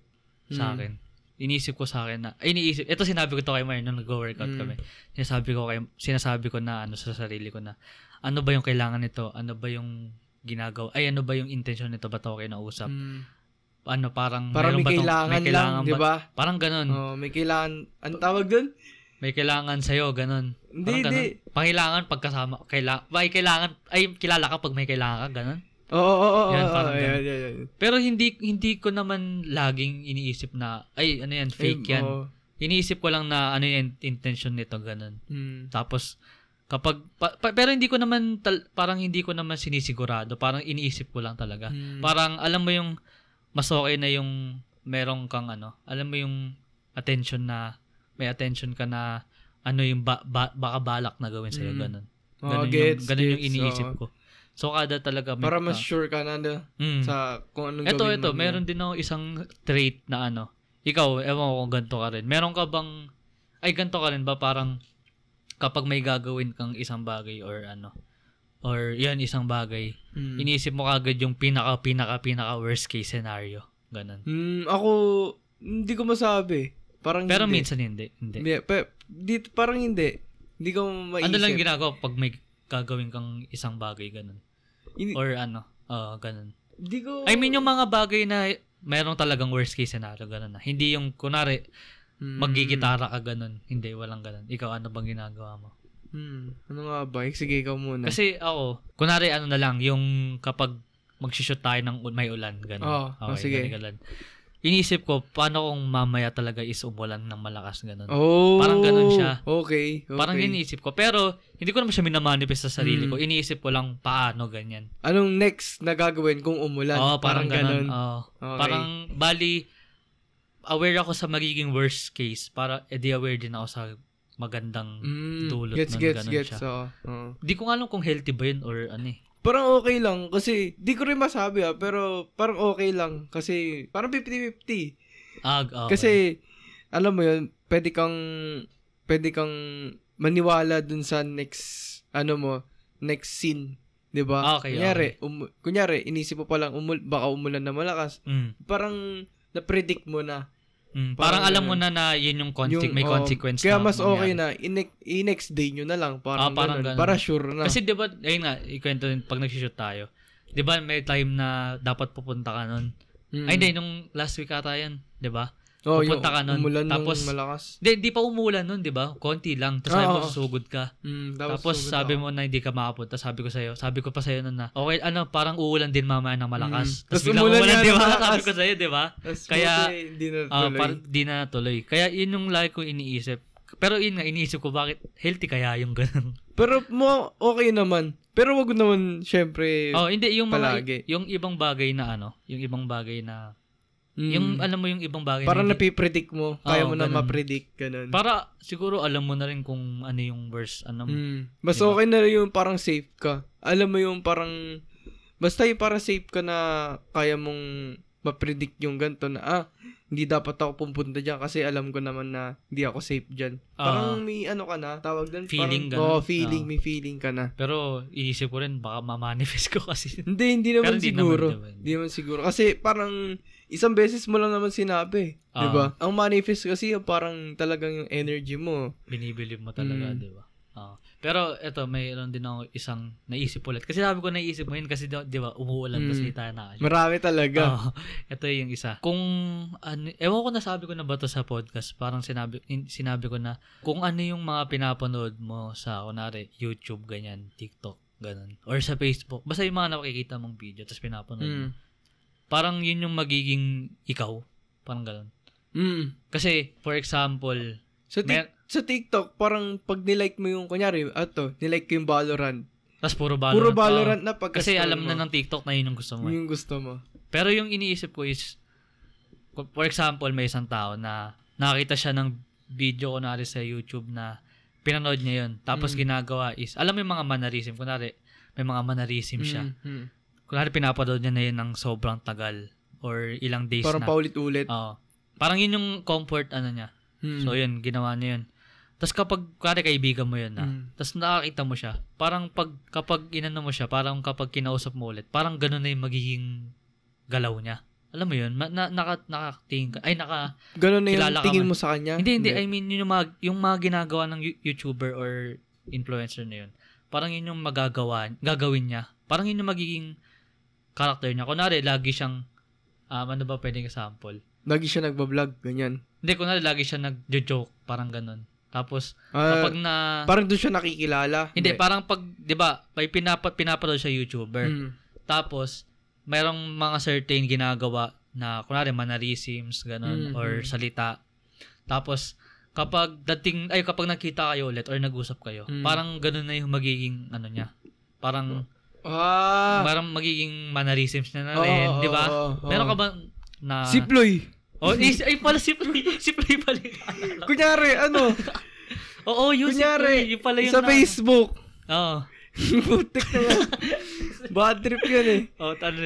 [SPEAKER 2] Mm.
[SPEAKER 3] sa akin. Iniisip ko sa akin na, ay, iniisip, ito sinabi ko to kay Mayer nung nag-workout
[SPEAKER 2] Mm.
[SPEAKER 3] kami. Sinasabi ko, kay, sinasabi ko na ano sa sarili ko na, ano ba yung kailangan nito? Ano ba yung ginagawa? Ay, ano ba yung intention nito? Ba't ako kayo nausap?
[SPEAKER 2] Mm.
[SPEAKER 3] Ano, parang,
[SPEAKER 2] Parang
[SPEAKER 3] meron
[SPEAKER 2] may
[SPEAKER 3] ba tong-
[SPEAKER 2] kailangan,
[SPEAKER 3] may kailangan
[SPEAKER 2] lang, di
[SPEAKER 3] ba?
[SPEAKER 2] ba?
[SPEAKER 3] Parang ganun.
[SPEAKER 2] Oh, may kailangan, ang tawag dun?
[SPEAKER 3] May kailangan sa'yo, ganun.
[SPEAKER 2] Hindi,
[SPEAKER 3] Parang
[SPEAKER 2] hindi.
[SPEAKER 3] ganun. Pangilangan pagkasama, kaila, may kailangan, ay, kilala ka pag may kailangan ka, ganun.
[SPEAKER 2] Oo, oo, oo.
[SPEAKER 3] Yan,
[SPEAKER 2] oo,
[SPEAKER 3] parang
[SPEAKER 2] ayan,
[SPEAKER 3] ganun.
[SPEAKER 2] ayan, ayan.
[SPEAKER 3] Pero hindi hindi ko naman laging iniisip na, ay, ano yan, fake
[SPEAKER 2] Ayun,
[SPEAKER 3] yan.
[SPEAKER 2] oo.
[SPEAKER 3] Iniisip ko lang na ano yung intention nito, ganun.
[SPEAKER 2] Mm.
[SPEAKER 3] Tapos, kapag, pa- pa- pero hindi ko naman, tal- parang hindi ko naman sinisigurado. Parang iniisip ko lang talaga.
[SPEAKER 2] Mm.
[SPEAKER 3] Parang, alam mo yung, mas okay na yung merong kang ano, alam mo yung attention na, may attention ka na, ano yung ba- ba- baka balak na gawin sa'yo,
[SPEAKER 2] Mm.
[SPEAKER 3] ganun.
[SPEAKER 2] Oo,
[SPEAKER 3] Ganun,
[SPEAKER 2] gets,
[SPEAKER 3] yung, ganun yung
[SPEAKER 2] gets,
[SPEAKER 3] iniisip
[SPEAKER 2] oo.
[SPEAKER 3] ko. So, kada talaga may...
[SPEAKER 2] Para mas
[SPEAKER 3] ah,
[SPEAKER 2] sure ka na na
[SPEAKER 3] mm.
[SPEAKER 2] sa kung anong
[SPEAKER 3] Ito,
[SPEAKER 2] gawin
[SPEAKER 3] ito.
[SPEAKER 2] mo.
[SPEAKER 3] Meron din ako isang trait na ano. Ikaw, ewan ko kung ganito ka rin. Meron ka bang, ay ganito ka rin ba parang kapag may gagawin kang isang bagay or ano, or yan isang bagay,
[SPEAKER 2] Mm.
[SPEAKER 3] iniisip mo kagad yung pinaka, pinaka, pinaka worst case scenario. Ganun.
[SPEAKER 2] Mm, ako, hindi ko masabi. Parang
[SPEAKER 3] Pero
[SPEAKER 2] Hmm, hindi.
[SPEAKER 3] minsan hindi. Hindi.
[SPEAKER 2] Yeah, pe, di, parang hindi. Hindi ko maisip.
[SPEAKER 3] Ano lang ginagawa pag may gagawin kang isang bagay, ganun.
[SPEAKER 2] Hindi-
[SPEAKER 3] Or ano, ah ganun.
[SPEAKER 2] Hindi ko...
[SPEAKER 3] I mean, yung mga bagay na meron talagang worst case scenario, ganun na. Hindi yung, kunwari,
[SPEAKER 2] Mm.
[SPEAKER 3] Maggigitara ka ganun. Hindi, walang ganun. Ikaw, ano bang ginagawa mo?
[SPEAKER 2] Mm. Ano nga ba? Sige, ikaw muna.
[SPEAKER 3] Oh. Kasi ako, kunwari ano na lang, yung kapag magsishoot tayo ng u- may ulan,
[SPEAKER 2] Oo,
[SPEAKER 3] ganun.
[SPEAKER 2] oh, sige.
[SPEAKER 3] may ulan. Iniisip ko, paano kung mamaya talaga is umulan ng malakas, ganun.
[SPEAKER 2] oh,
[SPEAKER 3] parang ganun siya.
[SPEAKER 2] Okay, okay. Hmm.
[SPEAKER 3] Parang iniisip ko. Pero, hindi ko naman siya minamanifest sa sarili ko. Iniisip ko lang paano, ganyan.
[SPEAKER 2] Anong next na gagawin kung umulan?
[SPEAKER 3] Oo, Oh, parang, ganun. Oo.
[SPEAKER 2] Okay.
[SPEAKER 3] Parang, bali, aware ako sa magiging worst case. Para, edi aware din ako sa magandang
[SPEAKER 2] Mm,
[SPEAKER 3] Oh, dulot
[SPEAKER 2] gets,
[SPEAKER 3] nun,
[SPEAKER 2] gets,
[SPEAKER 3] ganun
[SPEAKER 2] gets.
[SPEAKER 3] siya.
[SPEAKER 2] oo, oo.
[SPEAKER 3] Di ko nga alam kung healthy ba yun or ano eh.
[SPEAKER 2] Parang okay lang kasi di ko rin masabi ah, pero parang okay lang kasi parang 50-50.
[SPEAKER 3] Ag, ah, okay.
[SPEAKER 2] Kasi alam mo yun, pwede kang pwede kang maniwala dun sa next ano mo, next scene, 'di ba?
[SPEAKER 3] Ah, Okay,
[SPEAKER 2] kunyari, um, kunyari inisip mo pa lang umul, baka umulan na malakas.
[SPEAKER 3] Mm,
[SPEAKER 2] Parang na-predict mo na
[SPEAKER 3] mm.
[SPEAKER 2] Parang
[SPEAKER 3] parang alam mo
[SPEAKER 2] ganun.
[SPEAKER 3] na na yun yung, conse- may
[SPEAKER 2] oh,
[SPEAKER 3] consequence
[SPEAKER 2] Kaya
[SPEAKER 3] na
[SPEAKER 2] mas okay
[SPEAKER 3] mangyari.
[SPEAKER 2] na, in- i-next day nyo na lang. Parang,
[SPEAKER 3] Ah, parang
[SPEAKER 2] ganun.
[SPEAKER 3] ganun.
[SPEAKER 2] Para sure na.
[SPEAKER 3] Kasi di ba, ayun nga, ikwento din pag nag-shoot tayo. Di ba may time na dapat pupunta ka nun?
[SPEAKER 2] Mm.
[SPEAKER 3] Ay, hindi, nung last week ata yan, di ba?
[SPEAKER 2] Oo,
[SPEAKER 3] pupunta ka nun,
[SPEAKER 2] umulan nung
[SPEAKER 3] tapos-
[SPEAKER 2] malakas.
[SPEAKER 3] Hindi, di pa umulan nun, di ba? Konti lang. Tapos
[SPEAKER 2] Ah,
[SPEAKER 3] sabi mo,
[SPEAKER 2] oo.
[SPEAKER 3] susugod ka.
[SPEAKER 2] Mm,
[SPEAKER 3] Tapos sabi mo na hindi ka makapunta. Sabi ko sa'yo, sabi ko pa sa'yo nun na, okay, ano, parang uulan din mamaya ng malakas.
[SPEAKER 2] Mm.
[SPEAKER 3] Tapos
[SPEAKER 2] Tapos
[SPEAKER 3] biglang
[SPEAKER 2] umulan
[SPEAKER 3] umulan,
[SPEAKER 2] nga
[SPEAKER 3] di
[SPEAKER 2] ng
[SPEAKER 3] ba?
[SPEAKER 2] malakas.
[SPEAKER 3] *laughs* Sabi ko sa'yo, di ba?
[SPEAKER 2] kaya,
[SPEAKER 3] kaya-
[SPEAKER 2] hindi na
[SPEAKER 3] Ah,
[SPEAKER 2] tuloy.
[SPEAKER 3] par- di na natuloy. Kaya yun yung lagi ko iniisip. Pero yun nga, iniisip ko bakit healthy kaya
[SPEAKER 2] *laughs*
[SPEAKER 3] yung ganun.
[SPEAKER 2] Pero mo, okay naman. Pero wag naman, syempre,
[SPEAKER 3] oh, hindi yung mga
[SPEAKER 2] Palagi.
[SPEAKER 3] yung ibang bagay na ano, yung ibang bagay na
[SPEAKER 2] mm,
[SPEAKER 3] yung alam mo yung ibang bagay
[SPEAKER 2] parang
[SPEAKER 3] na hindi-
[SPEAKER 2] napipredict mo. Kaya mo
[SPEAKER 3] Oo,
[SPEAKER 2] na
[SPEAKER 3] ganun.
[SPEAKER 2] mapredict. Ganun.
[SPEAKER 3] para siguro alam mo na rin kung ano yung worst ano.
[SPEAKER 2] Mm. Mas
[SPEAKER 3] Diba?
[SPEAKER 2] okay na rin yung parang safe ka. Alam mo yung parang, basta yung parang safe ka na kaya mong mapredict yung ganito na, ah, hindi dapat ako pupunta dyan kasi alam ko naman na hindi ako safe dyan.
[SPEAKER 3] Ah.
[SPEAKER 2] Parang may ano ka na, tawag doon.
[SPEAKER 3] Feeling
[SPEAKER 2] parang,
[SPEAKER 3] ganun.
[SPEAKER 2] Oo, feeling,
[SPEAKER 3] Ah.
[SPEAKER 2] may feeling ka na.
[SPEAKER 3] Pero iniisip ko rin baka ma-manifest ko *laughs* kasi.
[SPEAKER 2] Hindi, hindi
[SPEAKER 3] Pero
[SPEAKER 2] naman
[SPEAKER 3] hindi
[SPEAKER 2] siguro.
[SPEAKER 3] naman, diba?
[SPEAKER 2] Hindi naman siguro. Kasi parang isang beses mo lang naman sinabi.
[SPEAKER 3] Ah.
[SPEAKER 2] Diba? Ang manifest kasi yung parang talagang yung energy mo.
[SPEAKER 3] Binibilib mo talaga,
[SPEAKER 2] Mm.
[SPEAKER 3] di ba? Ah. pero eto, mayroon din ako isang naisip ulit. Kasi sabi ko naisip mo yun kasi di di ba umuulan
[SPEAKER 2] Mm.
[SPEAKER 3] kasi tayo na
[SPEAKER 2] Marami talaga.
[SPEAKER 3] Oo. ito yung isa. Kung ano, ewan ko nasabi ko na ba to sa podcast, parang sinabi in- sinabi ko na kung ano yung mga pinapanood mo sa kunari YouTube ganyan, TikTok, ganun. Or sa Facebook. Basta yung mga nakikita mong video tapos pinapanood
[SPEAKER 2] Mm.
[SPEAKER 3] mo. Parang yun yung magiging ikaw. Parang ganun.
[SPEAKER 2] Mm.
[SPEAKER 3] Kasi for example,
[SPEAKER 2] Sa, tik-
[SPEAKER 3] Mer-
[SPEAKER 2] sa TikTok, parang pag nilike mo yung, kunyari, ato, nilike ko yung Valorant.
[SPEAKER 3] tas puro Valorant.
[SPEAKER 2] Puro
[SPEAKER 3] ka.
[SPEAKER 2] Valorant na pag
[SPEAKER 3] Kasi alam na ng TikTok na yun yung gusto mo. eh.
[SPEAKER 2] Yung gusto mo.
[SPEAKER 3] Pero yung iniisip ko is, for example, may isang tao na nakita siya ng video kunwari sa YouTube na pinanood niya yun. Tapos
[SPEAKER 2] Mm.
[SPEAKER 3] ginagawa is, alam mo yung mga mannerism, kunwari, may mga mannerism siya.
[SPEAKER 2] Mm, mm.
[SPEAKER 3] Kunwari pinapanood niya na yun ng sobrang tagal or ilang days
[SPEAKER 2] Parang
[SPEAKER 3] na.
[SPEAKER 2] paulit-ulit.
[SPEAKER 3] Oo. parang yun yung comfort ano niya.
[SPEAKER 2] Mm.
[SPEAKER 3] So yun, ginawa niya yun. Tapos kapag, kunwari kaibigan mo yun na,
[SPEAKER 2] Mm.
[SPEAKER 3] tapos nakakita mo siya, parang pag, kapag inano mo siya, parang kapag kinausap mo ulit, parang ganun na yung magiging galaw niya. Alam mo yun, ma- na, naka, nakatingin ka, ay naka,
[SPEAKER 2] Ganun na yung
[SPEAKER 3] kilala ka
[SPEAKER 2] tingin
[SPEAKER 3] man.
[SPEAKER 2] mo sa kanya.
[SPEAKER 3] hindi, hindi, I mean, yun yung mga, yung mga ginagawa ng yu- YouTuber or influencer na yun, parang yun yung magagawa, gagawin niya. Parang yun yung magiging character niya. Kunwari, lagi siyang, um, ano ba pwedeng example?
[SPEAKER 2] Lagi siya nagbablog, ganyan.
[SPEAKER 3] Hindi, kunwari, lagi siya nag-joke, parang ganun. Tapos,
[SPEAKER 2] Ah,
[SPEAKER 3] kapag na...
[SPEAKER 2] parang doon siya nakikilala.
[SPEAKER 3] hindi, parang pag, di ba, may pinapa, pinapanood siya YouTuber.
[SPEAKER 2] Mm.
[SPEAKER 3] Tapos, merong mga certain ginagawa na, kunwari, mannerisms, ganun,
[SPEAKER 2] Mhm.
[SPEAKER 3] or salita. Tapos, kapag dating, ay, kapag nakita kayo ulit or nag-usap kayo,
[SPEAKER 2] Mm.
[SPEAKER 3] parang ganun na yung magiging, ano niya, parang,
[SPEAKER 2] Ah!
[SPEAKER 3] parang magiging mannerisms niya na
[SPEAKER 2] Oo,
[SPEAKER 3] rin,
[SPEAKER 2] oo,
[SPEAKER 3] di ba?
[SPEAKER 2] oo, oo.
[SPEAKER 3] Meron ka ba na...
[SPEAKER 2] si Ploy.
[SPEAKER 3] Oh, is, ay pala si Ploy. Si Ploy pala. yung- *laughs*
[SPEAKER 2] Kunyari, ano?
[SPEAKER 3] Oo, yun si Ploy.
[SPEAKER 2] kunyari,
[SPEAKER 3] Yung pala yung
[SPEAKER 2] sa
[SPEAKER 3] na-
[SPEAKER 2] Facebook. *laughs*
[SPEAKER 3] Oo.
[SPEAKER 2] Putik na yan. Bad trip yun eh.
[SPEAKER 3] *laughs* Oh, talo.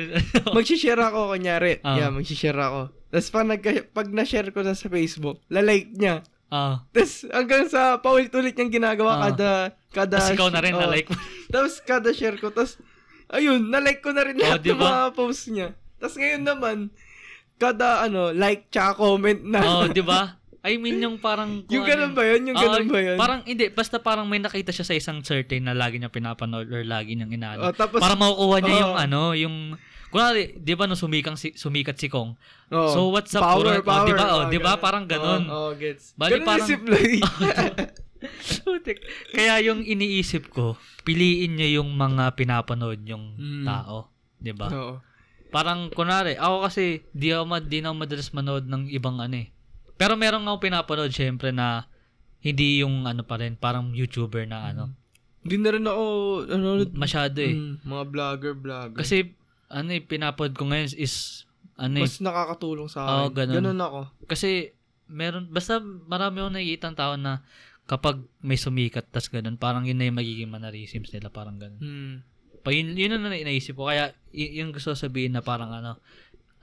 [SPEAKER 2] Magsishare ako, kunyari.
[SPEAKER 3] Ah.
[SPEAKER 2] Yeah, magsishare ako. Tapos pag, nagka- pag na-share ko na sa Facebook, lalike niya.
[SPEAKER 3] Oo.
[SPEAKER 2] Tapos hanggang sa paulit-ulit niyang ginagawa
[SPEAKER 3] Ah.
[SPEAKER 2] kada... kada
[SPEAKER 3] Tapos ikaw na rin,
[SPEAKER 2] oh.
[SPEAKER 3] na-like mo.
[SPEAKER 2] Tapos kada share ko, tapos ayun, na-like ko na rin
[SPEAKER 3] Oh,
[SPEAKER 2] lahat
[SPEAKER 3] di
[SPEAKER 2] ng
[SPEAKER 3] ba?
[SPEAKER 2] mga posts niya. Tapos ngayon naman, kada ano, like tsaka comment na.
[SPEAKER 3] Oo, Oh, di ba? I mean, yung parang... kung
[SPEAKER 2] *laughs* yung ganun
[SPEAKER 3] ano-
[SPEAKER 2] ba yun? Yung
[SPEAKER 3] Oo,
[SPEAKER 2] ganun ba yun?
[SPEAKER 3] Parang hindi, basta parang may nakita siya sa isang certain na lagi niya pinapanood or lagi niyang inaano.
[SPEAKER 2] Oh, tapos, oh.
[SPEAKER 3] Para makukuha niya
[SPEAKER 2] Oo.
[SPEAKER 3] yung ano, yung... Kunwari, di ba no, sumikang si, sumikat si Kong?
[SPEAKER 2] oh,
[SPEAKER 3] So, what's up,
[SPEAKER 2] power,
[SPEAKER 3] Kurat? Oh,
[SPEAKER 2] power.
[SPEAKER 3] di ba? Oh, di ba?
[SPEAKER 2] ganun.
[SPEAKER 3] Parang ganun.
[SPEAKER 2] Oh, oh, gets.
[SPEAKER 3] Bali,
[SPEAKER 2] ganun
[SPEAKER 3] parang-
[SPEAKER 2] yung supply. *laughs*
[SPEAKER 3] *laughs* Putik. Kaya yung iniisip ko, piliin niyo yung mga pinapanood yung
[SPEAKER 2] Mm.
[SPEAKER 3] tao. Di ba?
[SPEAKER 2] Oo.
[SPEAKER 3] Parang, kunwari, ako kasi, di ako, mad, di na ako madalas manood ng ibang ano eh. Pero meron ako pinapanood, syempre, na hindi yung ano pa rin, parang YouTuber na ano.
[SPEAKER 2] Hindi na rin ako, ano,
[SPEAKER 3] Masyado eh.
[SPEAKER 2] mm, mga vlogger, vlogger.
[SPEAKER 3] Kasi, ano eh, pinapanood ko ngayon is, ano eh,
[SPEAKER 2] mas nakakatulong sa akin.
[SPEAKER 3] Oo, ganun.
[SPEAKER 2] Ganun ako.
[SPEAKER 3] kasi, meron, basta marami akong nakikita ang tao na kapag may sumikat, tas ganun, parang yun na yung magiging mannerisms nila, parang ganun.
[SPEAKER 2] Hmm.
[SPEAKER 3] Pa, yun, yun ang naisip ko. Kaya, y- yung gusto ko sabihin na parang ano,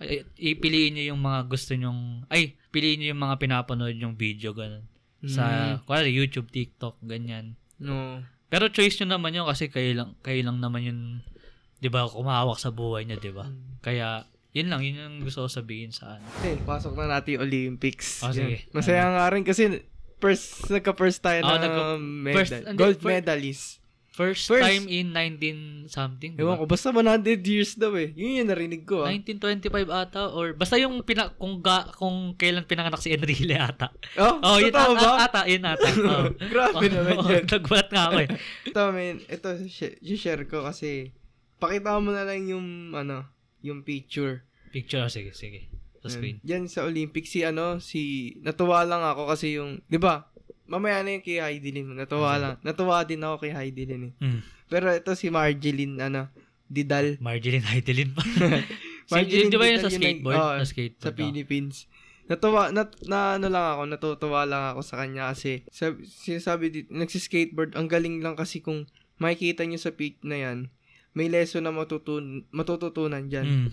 [SPEAKER 3] ay- ipiliin nyo yung mga gusto nyong, ay, piliin nyo yung mga pinapanood yung video, ganun. Sa,
[SPEAKER 2] Mm.
[SPEAKER 3] kunwari, YouTube, TikTok, ganyan.
[SPEAKER 2] No.
[SPEAKER 3] Pero choice nyo naman yun kasi kayo lang, kayo lang naman yun, di ba, kumawak sa buhay nyo, di ba?
[SPEAKER 2] Mm.
[SPEAKER 3] Kaya, yun lang, yun ang gusto ko sabihin sa ano.
[SPEAKER 2] Then, pasok na natin yung Olympics.
[SPEAKER 3] Oh,
[SPEAKER 2] Yan.
[SPEAKER 3] sige.
[SPEAKER 2] Masaya nga rin kasi first, nagka-first tayo
[SPEAKER 3] Oh,
[SPEAKER 2] ng
[SPEAKER 3] nagka-
[SPEAKER 2] medal.
[SPEAKER 3] first- hindi,
[SPEAKER 2] gold
[SPEAKER 3] fir-
[SPEAKER 2] medalist.
[SPEAKER 3] First,
[SPEAKER 2] First-
[SPEAKER 3] time in 19 something, di
[SPEAKER 2] Ewan
[SPEAKER 3] ba?
[SPEAKER 2] ko, basta 100 years daw eh. Yun yung narinig ko ah.
[SPEAKER 3] 1925 ata or basta yung pina, kung ga, kung kailan pinanganak si Enrile *laughs* ata.
[SPEAKER 2] Oh,
[SPEAKER 3] Oh, yun
[SPEAKER 2] totoo
[SPEAKER 3] ata,
[SPEAKER 2] ba? *laughs*
[SPEAKER 3] ata, yun ata. Oh. *laughs*
[SPEAKER 2] Grabe naman yun.
[SPEAKER 3] Nagbalat nga ako eh.
[SPEAKER 2] Ito, man. Ito, sh- share ko kasi pakita mo na lang yung, ano, yung *laughs* picture.
[SPEAKER 3] Picture, oh, sige, sige. Sa screen.
[SPEAKER 2] Yan sa Olympics si ano, si natuwa lang ako kasi yung, 'di ba? Mamaya na yung kay Heidelin.
[SPEAKER 3] Ah,
[SPEAKER 2] Natuwa lang. Natuwa din ako kay Heidelin eh.
[SPEAKER 3] Mm.
[SPEAKER 2] Pero ito si Marjeline ano, Didal
[SPEAKER 3] Marjeline Heidelin *laughs* pa.
[SPEAKER 2] Marjeline
[SPEAKER 3] Marjeline, di ba yun
[SPEAKER 2] Heidelin yun
[SPEAKER 3] sa
[SPEAKER 2] ang-
[SPEAKER 3] skateboard?
[SPEAKER 2] oo,
[SPEAKER 3] sa skateboard.
[SPEAKER 2] sa
[SPEAKER 3] ah.
[SPEAKER 2] Philippines. Natuwa nat, na ano lang ako, natutuwa lang ako sa kanya kasi sabi, sinasabi dito, nagsiskateboard, ang galing lang kasi kung makikita niyo sa pic na 'yan, may lesson na matutun, matututunan diyan.
[SPEAKER 3] Mm.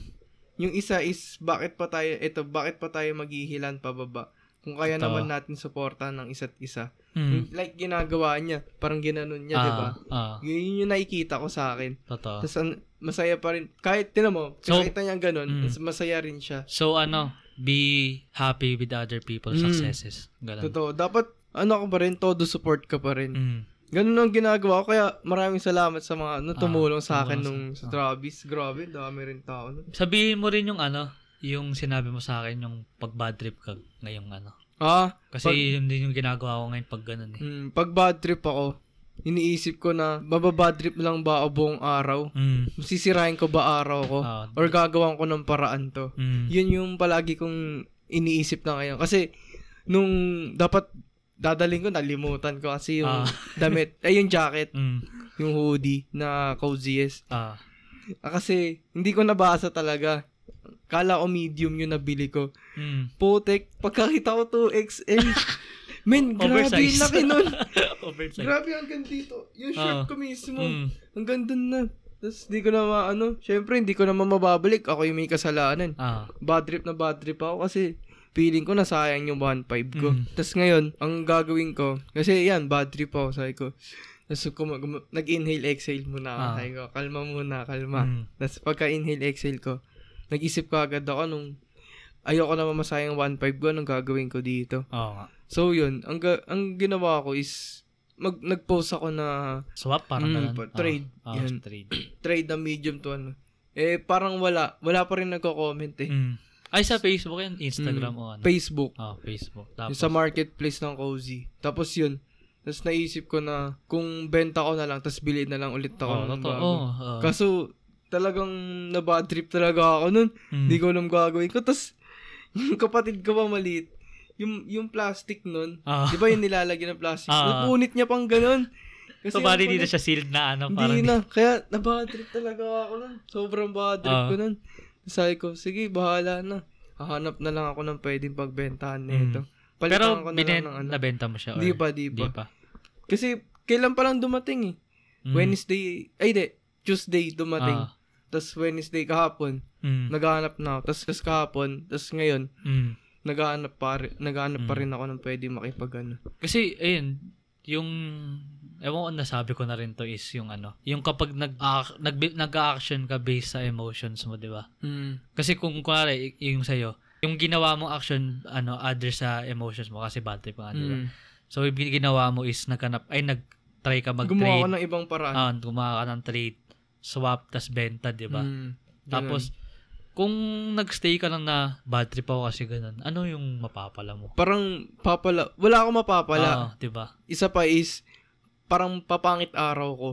[SPEAKER 2] Yung isa is bakit pa tayo ito bakit pa tayo maghihilan pababa kung kaya
[SPEAKER 3] Ito.
[SPEAKER 2] naman natin suporta ng isa't isa.
[SPEAKER 3] Mm.
[SPEAKER 2] Like ginagawa niya, parang ginanon niya,
[SPEAKER 3] Ah,
[SPEAKER 2] Hmm. 'di ba?
[SPEAKER 3] ah,
[SPEAKER 2] Yun yung nakikita ko sa akin.
[SPEAKER 3] totoo.
[SPEAKER 2] Tapos ang- masaya pa rin. Kahit tinan mo,
[SPEAKER 3] So-
[SPEAKER 2] nakita niya ganun,
[SPEAKER 3] Mm.
[SPEAKER 2] mas- masaya rin siya.
[SPEAKER 3] So, ano, be happy with other people's
[SPEAKER 2] Mm.
[SPEAKER 3] successes. Ganun.
[SPEAKER 2] Totoo. Dapat ano ka pa rin, todo support ka pa rin.
[SPEAKER 3] Mm.
[SPEAKER 2] Ganun ang ginagawa ko. Kaya maraming salamat sa mga ano,
[SPEAKER 3] Ah,
[SPEAKER 2] tumulong sa akin nung
[SPEAKER 3] tumulong sa- Ah.
[SPEAKER 2] sa Travis. Grabe, dami rin tao. nun.
[SPEAKER 3] Sabihin mo rin yung ano, yung sinabi mo sa akin, yung pag bad trip ka ngayong ano.
[SPEAKER 2] Ah,
[SPEAKER 3] Kasi
[SPEAKER 2] Pag-
[SPEAKER 3] yun din yung ginagawa ko ngayon pag ganun eh.
[SPEAKER 2] Mm, pag bad trip ako, iniisip ko na mababad trip lang ba ako buong araw?
[SPEAKER 3] Mm.
[SPEAKER 2] Sisirain ko ba araw ko?
[SPEAKER 3] Ah,
[SPEAKER 2] Or gagawan ko ng paraan to?
[SPEAKER 3] mm.
[SPEAKER 2] Yun yung palagi kong iniisip na ngayon. Kasi nung dapat dadaling ko, nalimutan ko kasi yung
[SPEAKER 3] Ah.
[SPEAKER 2] *laughs* damit, ay yung jacket,
[SPEAKER 3] Mm.
[SPEAKER 2] yung hoodie na coziest.
[SPEAKER 3] Ah.
[SPEAKER 2] Ah, kasi hindi ko nabasa talaga. Kala ko medium yung nabili ko.
[SPEAKER 3] Mm.
[SPEAKER 2] Putek, pagkakita ko
[SPEAKER 3] *laughs*
[SPEAKER 2] 2XL. Men, grabe
[SPEAKER 3] Oversize.
[SPEAKER 2] yung laki nun.
[SPEAKER 3] Oversize.
[SPEAKER 2] Grabe hanggang dito. Yung shirt
[SPEAKER 3] Oo.
[SPEAKER 2] ko mismo.
[SPEAKER 3] Oh, Ah, Mm.
[SPEAKER 2] Hanggang dun na. Tapos di ko na maano. Siyempre, hindi ko na mababalik. Ako yung may kasalanan.
[SPEAKER 3] Ah.
[SPEAKER 2] Bad trip na bad trip ako kasi feeling ko nasayang yung 1.5 ko.
[SPEAKER 3] Mm.
[SPEAKER 2] Tapos ngayon, ang gagawin ko, kasi yan, bad trip ako, sabi ko. Tapos kum- gum- nag-inhale, exhale muna ako.
[SPEAKER 3] Ah.
[SPEAKER 2] Sabi ko, kalma muna, kalma.
[SPEAKER 3] Mm.
[SPEAKER 2] Tapos pagka-inhale, exhale ko, nag-isip ko agad ako nung ayoko na mamasayang 1.5 ko, anong gagawin ko dito?
[SPEAKER 3] Oo nga.
[SPEAKER 2] So yun, ang ga- ang ginawa ko is mag nag-post ako na
[SPEAKER 3] Swap parang
[SPEAKER 2] Mm,
[SPEAKER 3] ganun.
[SPEAKER 2] pa-
[SPEAKER 3] Ah,
[SPEAKER 2] trade.
[SPEAKER 3] ah,
[SPEAKER 2] Yan.
[SPEAKER 3] trade.
[SPEAKER 2] trade na medium to ano. Eh parang wala, wala pa rin nagko-comment eh.
[SPEAKER 3] Mm. Ay, sa Facebook yan, Instagram o ano.
[SPEAKER 2] Facebook.
[SPEAKER 3] Ah, Facebook.
[SPEAKER 2] Mm. Yung
[SPEAKER 3] Tapos,
[SPEAKER 2] sa marketplace ng Cozy. Tapos yun. Tapos naisip ko na kung benta ko na lang, tapos bilhin na lang ulit ako
[SPEAKER 3] oh,
[SPEAKER 2] ng
[SPEAKER 3] totoo.
[SPEAKER 2] bago.
[SPEAKER 3] Oh, oh.
[SPEAKER 2] Kaso talagang nabad trip talaga ako nun.
[SPEAKER 3] Mm.
[SPEAKER 2] Hindi ko alam gagawin ko. Tapos *laughs* yung kapatid ko pa maliit, yung, yung plastic nun,
[SPEAKER 3] Ah.
[SPEAKER 2] di ba yung nilalagyan ng plastic?
[SPEAKER 3] Ah.
[SPEAKER 2] Napunit niya pang ganun. Kasi
[SPEAKER 3] so,
[SPEAKER 2] ano
[SPEAKER 3] bali hindi
[SPEAKER 2] pala-
[SPEAKER 3] na siya sealed na ano. parang
[SPEAKER 2] Hindi na. Kaya nabad trip talaga ako nun. Sobrang bad trip
[SPEAKER 3] Ah.
[SPEAKER 2] ko nun. Sabi ko, sige, bahala na. Hahanap na lang ako ng pwedeng pagbentahan
[SPEAKER 3] Mm.
[SPEAKER 2] nito. Palitan
[SPEAKER 3] Pero,
[SPEAKER 2] ko na
[SPEAKER 3] binen,
[SPEAKER 2] lang ng ano.
[SPEAKER 3] nabenta mo siya. or-
[SPEAKER 2] Di pa, di
[SPEAKER 3] Di
[SPEAKER 2] pa.
[SPEAKER 3] pa.
[SPEAKER 2] Kasi, kailan pa lang dumating eh.
[SPEAKER 3] Mm.
[SPEAKER 2] Wednesday, ay di, Tuesday dumating.
[SPEAKER 3] Ah.
[SPEAKER 2] Tapos Wednesday kahapon,
[SPEAKER 3] Mm.
[SPEAKER 2] naghahanap na ako. Tapos kas kahapon, tapos ngayon,
[SPEAKER 3] Mm.
[SPEAKER 2] naghahanap pa, rin, naghahanap pa
[SPEAKER 3] Mm.
[SPEAKER 2] rin ako ng pwede makipag ano.
[SPEAKER 3] Kasi, ayun, yung, ewan ko, nasabi ko na rin to is yung ano, yung kapag nag, ac- nag, nag-action ka based sa emotions mo, di ba? Kasi kung, kunwari, y- yung sa'yo, yung ginawa mong action, ano, other sa emotions mo kasi bad trip ka, di ba?
[SPEAKER 2] Mm.
[SPEAKER 3] So, yung gin- ginawa mo is nagkanap, ay, nag-try ka
[SPEAKER 2] Gumawa ko
[SPEAKER 3] mag-trade.
[SPEAKER 2] ng ibang paraan.
[SPEAKER 3] Ah, gumawa ka ng trade, swap, tas benta, di ba?
[SPEAKER 2] Mm. Ganun.
[SPEAKER 3] Tapos, kung nagstay ka lang na bad trip ako kasi ganun, ano yung mapapala mo?
[SPEAKER 2] parang papala, wala akong mapapala.
[SPEAKER 3] Ah, di ba?
[SPEAKER 2] Isa pa is, parang papangit araw ko.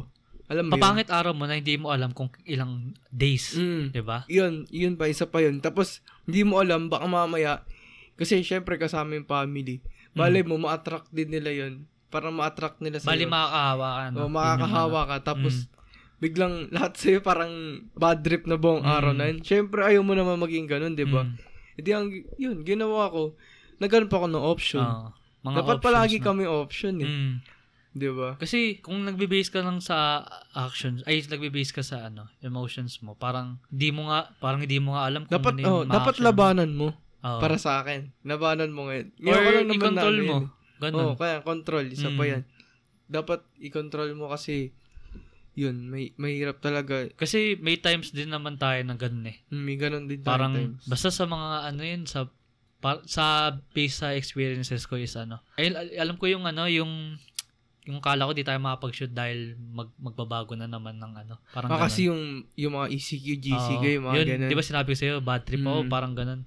[SPEAKER 2] Alam mo
[SPEAKER 3] Papangit araw mo na hindi mo alam kung ilang days,
[SPEAKER 2] yun? Mm.
[SPEAKER 3] 'di ba?
[SPEAKER 2] Yun, yun pa, isa pa yun. Tapos, hindi mo alam, baka mamaya, kasi syempre kasama yung family. Bale mo, ma-attract din nila yun. Para ma-attract nila sa'yo.
[SPEAKER 3] Mm. Bali makakahawa ka ano, no.
[SPEAKER 2] O, makakahawa ka.
[SPEAKER 3] ano. Mm.
[SPEAKER 2] Tapos, biglang lahat sa'yo parang bad trip na buong araw
[SPEAKER 3] Mm.
[SPEAKER 2] na yun. Syempre, ayaw mo naman maging ganun, di ba? E di ang, yun, ginawa ko, nagkaroon pa ako ng option.
[SPEAKER 3] Ah, mga
[SPEAKER 2] Dapat
[SPEAKER 3] options
[SPEAKER 2] palagi
[SPEAKER 3] na.
[SPEAKER 2] kami option, eh.
[SPEAKER 3] Mm.
[SPEAKER 2] Di ba?
[SPEAKER 3] Kasi kung nagbe-base ka lang sa actions, ay nagbe-base ka sa ano, emotions mo, parang hindi mo nga parang hindi mo nga alam kung
[SPEAKER 2] Dapat,
[SPEAKER 3] ano yung
[SPEAKER 2] oh,
[SPEAKER 3] mga
[SPEAKER 2] dapat
[SPEAKER 3] action.
[SPEAKER 2] labanan mo.
[SPEAKER 3] Oo.
[SPEAKER 2] Para sa akin. Labanan mo ngayon. Ngayon
[SPEAKER 3] Oh. or
[SPEAKER 2] ko lang naman
[SPEAKER 3] i-control
[SPEAKER 2] namin.
[SPEAKER 3] mo. Ganun.
[SPEAKER 2] Oo, kaya control. Isa pa
[SPEAKER 3] Ano? Mm.
[SPEAKER 2] yan. Dapat i-control mo kasi yun, may mahirap talaga.
[SPEAKER 3] Kasi may times din naman tayo na ganun eh.
[SPEAKER 2] May ganun din
[SPEAKER 3] parang
[SPEAKER 2] sometimes.
[SPEAKER 3] basta sa mga ano yun sa par, sa based sa experiences ko is ano ay, al- alam ko yung ano yung yung kala ko di tayo makapag-shoot dahil mag, magbabago na naman ng ano parang
[SPEAKER 2] Ah, kasi yung, yung mga E ECQ, GCQ,
[SPEAKER 3] Oo.
[SPEAKER 2] yung mga
[SPEAKER 3] Yun,
[SPEAKER 2] ganun.
[SPEAKER 3] di ba sinabi ko sa'yo bad trip ako
[SPEAKER 2] Mm.
[SPEAKER 3] parang ganun